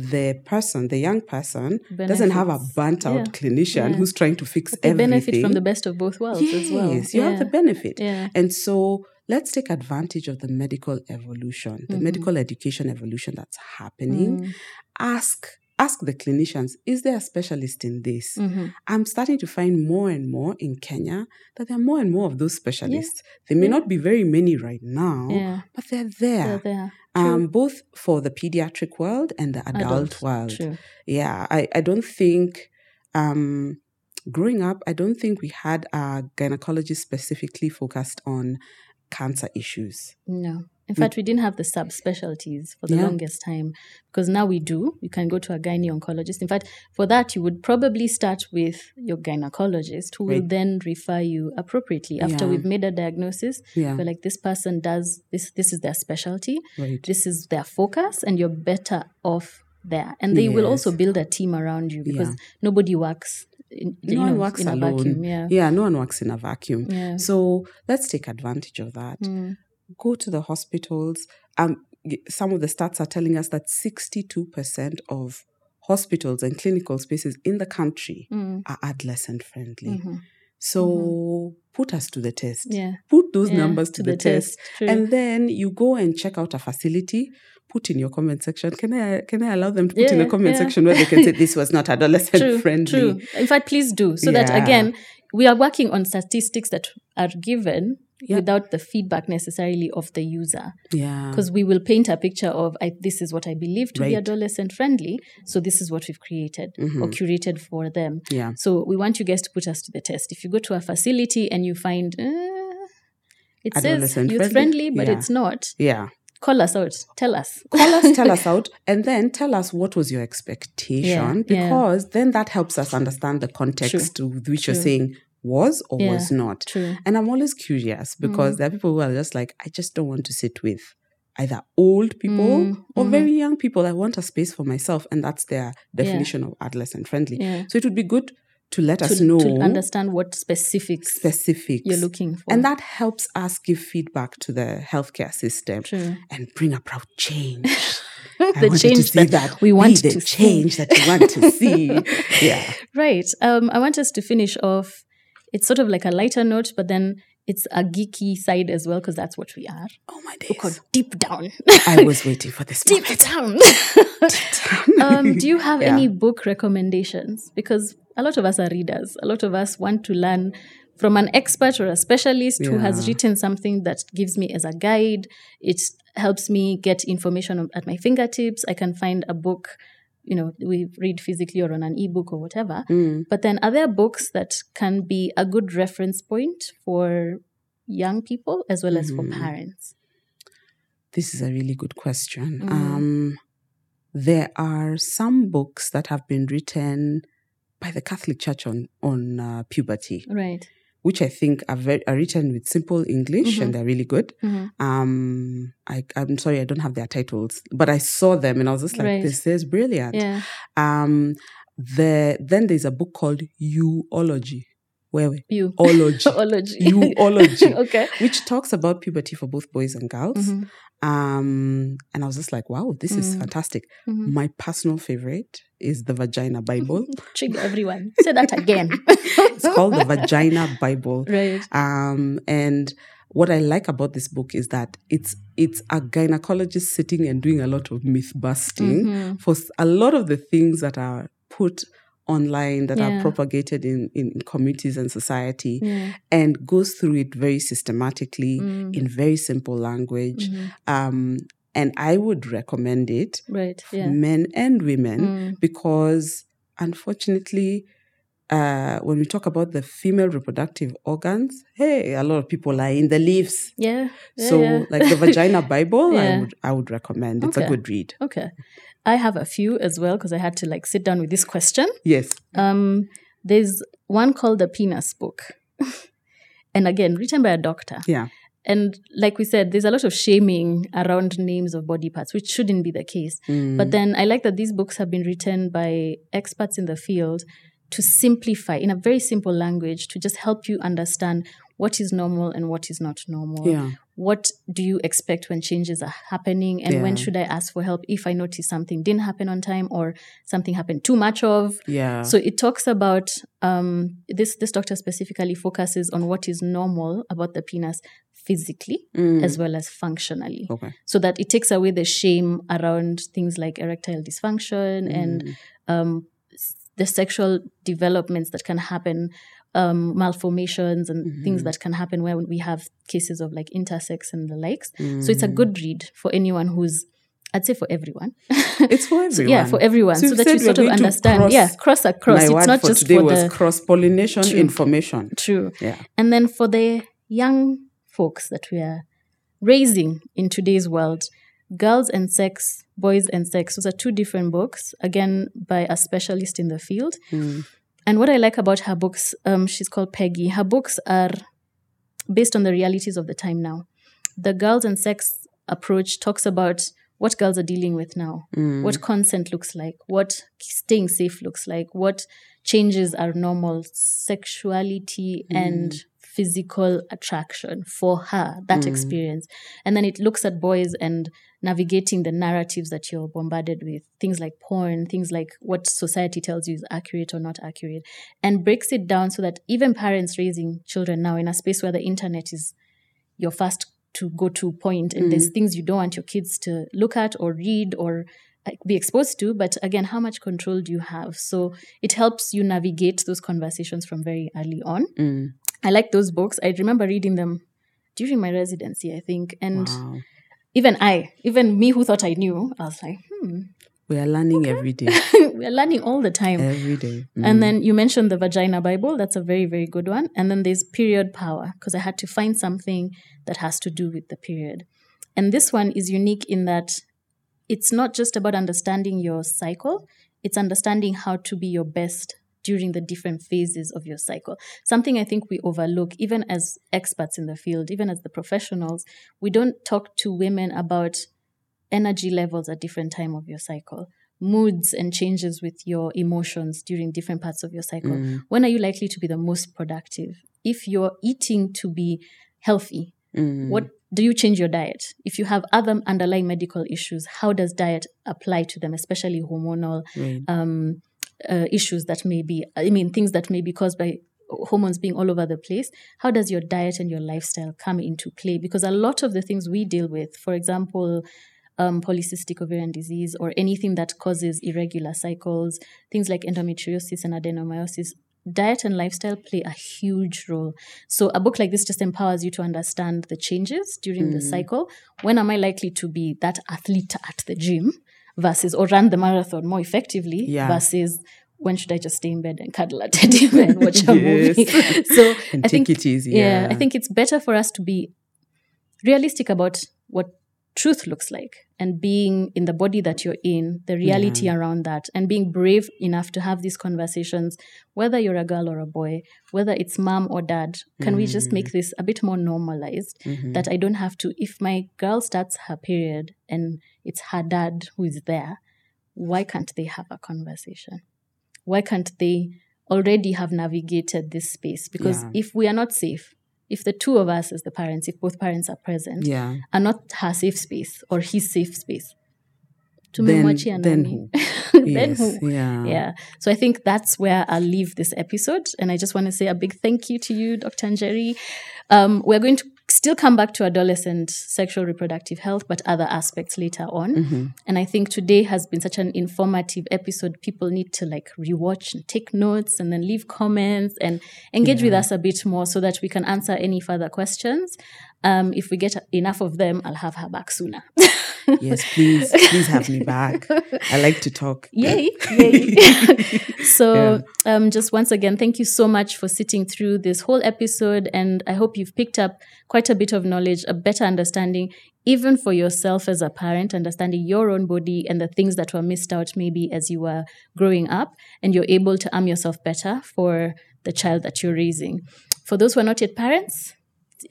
the person, the young person, doesn't have a Benefits. burnt out Yeah. clinician Yeah. who's trying to fix They everything. benefit from the best of both worlds yes, as well. you have the benefit. Yeah. And so let's take advantage of the medical evolution, Mm-hmm. the medical education evolution that's happening. Mm. Ask ask the clinicians, is there a specialist in this? Mhm. I'm starting to find more and more in Kenya that there are more and more of those specialists. There may not be very many right now, Yeah. but they're They're there. there. Um, both for the pediatric world and the adult, Adult, world. True. Yeah, I, I don't think um, growing up, I don't think we had a gynecologist specifically focused on cancer issues. No. In fact, we didn't have the subspecialties for the Mm. Yeah. longest time because now we do. You can go to a gynae oncologist. In fact, for that, you would probably start with your gynecologist who will Right. then refer you appropriately. After Yeah. we've made a diagnosis, Yeah. we're like, this person does this, this is their specialty. Right. this is their focus and you're better off there and they will Yes. also build a team around you because Yeah. nobody works in, you no one know, works in a alone. vacuum yeah no one works in a vacuum. Yeah. So let's take advantage of that. Mm. Go to the hospitals. Um, y- some of the stats are telling us that 62% of hospitals and clinical spaces in the country Mm. are adolescent friendly. Mhm. So put us to the test. Mm-hmm. yeah Put those Yeah, numbers to, the, test. True. And then you go and check out a facility. Put in your comment section. Can I can I allow them to put in the Yeah, comment yeah. section where they can say this was not adolescent true, friendly? true. In fact, please do so that Yeah. again we are working on statistics that are given Yeah. without the feedback necessarily of the user. Yeah. because we will paint a picture of I, this is what I believe to be Right. Hmm. adolescent friendly, so this is what we've created or curated for them. Mm-hmm. Yeah. So we want you guys to put us to the test. If you go to a facility and you find eh, It says Adolescent youth friendly, friendly, but yeah. it's not. Yeah. Call us out. Tell us. Call us, tell us out, and then tell us what was your expectation Yeah, yeah. because then that helps us understand the context with which True. you're saying was or Yeah. was not. True. And I'm always curious because Mm. there are people who are just like, I just don't want to sit with either old people Mm, or mhm. very young people. I want a space for myself. And that's their definition of adolescent friendly. Yeah. So it would be good to let To, us know to understand what specifics specifics. you're looking for. and that helps us give feedback to the healthcare system True. and bring about change. I the wanted to change see that, that, we be want the to see. change that you want to see. yeah. Right. Um, I want us to finish off. It's sort of like a lighter note, but then it's a geeky side as well because that's what we are. Oh my We're days! called deep down. I was waiting for this. deep moment. down. um, do you have Yeah. any book recommendations? Because a lot of us are readers. A lot of us want to learn from an expert or a specialist who has Yeah. written something that gives me as a guide. It helps me get information at my fingertips. I can find a book. You know, we read physically or on an ebook or whatever. Mm. But then, are there books that can be a good reference point for young people as well as for Mhm. parents? This is a really good question. Mm. Um, there are some books that have been written by the Catholic Church on on uh, puberty, Right. which I think are, very, are written with simple English Mm-hmm. and they're really good. Mhm. Um, I, I'm sorry, I don't have their titles, but I saw them and I was just like, Right. "This is brilliant." Yeah. Um, the then there's a book called Euology, where we You. ology, Ology. Euology, okay. which talks about puberty for both boys and girls. Mhm. Um, and I was just like, wow, this is Mm. fantastic. Mhm. My personal favorite is the Vagina Bible. Trigger everyone. Say that again. it's called the Vagina Bible. Right. Um, and what I like about this book is that it's it's a gynecologist sitting and doing a lot of myth busting Mhm. for s- a lot of the things that are put online that Yeah. are propagated in, in communities and society Yeah. and goes through it very systematically Mm. in very simple language Mhm. um, and I would recommend it Right. for Yeah. men and women Mm. because, unfortunately, uh, when we talk about the female reproductive organs, hey, a lot of people are in the leaves. Yeah. Yeah, so, yeah. like the Vagina Bible, Yeah. I would I would recommend. It's Okay. a good read. okay. I have a few as well because I had to like sit down with this question. Yes. Um, there's one called the Penis Book, and again written by a doctor. Yeah. And like we said, there's a lot of shaming around names of body parts, which shouldn't be the case. But Mm. then I like that these books have been written by experts in the field to simplify in a very simple language to just help you understand what is normal and what is not normal. yeah. What do you expect when changes are happening and when Yeah. should I ask for help if I notice something didn't happen on time or something happened too much of? Yeah. So it talks about um, this. This doctor specifically focuses on what is normal about the penis physically Mm. as well as functionally, okay. so that it takes away the shame around things like erectile dysfunction and Mm. um, s- the sexual developments that can happen, um, malformations and things Mhm. that can happen when we have cases of like intersex and the likes. So it's a Mm. good read for anyone who's, I'd say for everyone. It's for everyone. So, yeah, for everyone, So so, you've that said you we're sort of going to understand. cross- yeah, cross across. My it's word not for just today for was the cross pollination True. information. true. Yeah. And then for the young folks that we are raising in today's world, Girls and Sex, Boys and Sex, those are two different books, again by a specialist in the field. Mm. And what I like about her books, um, she's called Peggy. Her books are based on the realities of the time now. The girls and sex approach talks about what girls are dealing with now, Mm. what consent looks like, what staying safe looks like, what changes are normal, sexuality and physical attraction for her, that Mm. experience. And then it looks at boys and navigating the narratives that you're bombarded with, things like porn, things like what society tells you is accurate or not accurate, and breaks it down so that even parents raising children now in a space where the internet is your first to go to point and Mm. there's things you don't want your kids to look at or read or like, uh, be exposed to but again how much control do you have so it helps you navigate those conversations from very early on Mm. i like those books i remember reading them during my residency i think and Wow. even i even me who thought i knew i was like hmm We are learning every day, We're learning all the time. every day. And then you mentioned the vagina Bible. That's a very, very good one. And then there's period power, because I had to find something that has to do with the period. And this one is unique in that it's not just about understanding your cycle, it's understanding how to be your best during the different phases of your cycle. Something I think we overlook, even as experts in the field, even as the professionals, we don't talk to women about energy levels at different time of your cycle moods and changes with your emotions during different parts of your cycle Mm, when are you likely to be the most productive if you're eating to be healthy mm. what do you change your diet if you have other underlying medical issues how does diet apply to them especially hormonal Right. um, uh, issues that may be i mean things that may be caused by hormones being all over the place how does your diet and your lifestyle come into play because a lot of the things we deal with for example um, polycystic ovarian disease or anything that causes irregular cycles things like endometriosis and adenomyosis diet and lifestyle play a huge role so a book like this just empowers you to understand the changes during the Mm. cycle when am i likely to be that athlete at the gym versus or run the marathon more effectively Yeah. versus when should I just stay in bed and cuddle a teddy bear and watch a Yes. movie? so and I take think it easy. yeah, Yeah, I think it's better for us to be realistic about what truth looks like and being in the body that you're in, the reality around that, and being brave enough to have these conversations, whether you're a girl or a boy, whether it's mom or dad. Can we just Mm. make this a bit more normalized? Mhm. that I don't have to. If my girl starts her period and it's her dad who is there, why can't they have a conversation? Why can't they already have navigated this space? Because Yeah. if we are not safe, if the two of us as the parents, if both parents are present, yeah. are not her safe space or his safe space, to Then- me, then who? then yes. who? Yeah. Yeah. So I think that's where I'll leave this episode. And I just want to say a big thank you to you, Dr. Njeri. Um, we're going to still come back to adolescent sexual reproductive health, but other aspects later on. Mhm. And I think today has been such an informative episode. People need to like rewatch and take notes and then leave comments and engage with Yeah. us a bit more so that we can answer any further questions. Um, if we get enough of them, I'll have her back sooner. Yes, please, please have me back. I like to talk. Yay. Yay. so, um, just once again, thank you so much for sitting through this whole episode. And I hope you've picked up quite a bit of knowledge, a better understanding, even for yourself as a parent, understanding your own body and the things that were missed out maybe as you were growing up. And you're able to arm yourself better for the child that you're raising. For those who are not yet parents,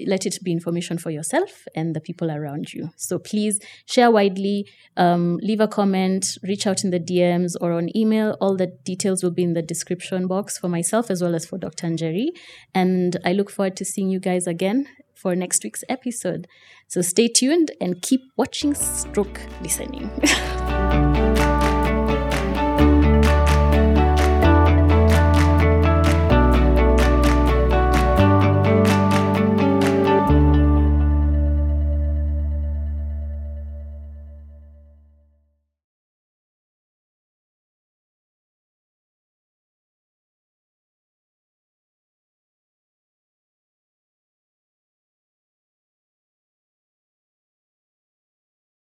let it be information for yourself and the people around you. So please share widely, um, leave a comment, reach out in the DMs or on email. All the details will be in the description box for myself as well as for Dr. Njeri. And I look forward to seeing you guys again for next week's episode. So stay tuned and keep watching stroke listening.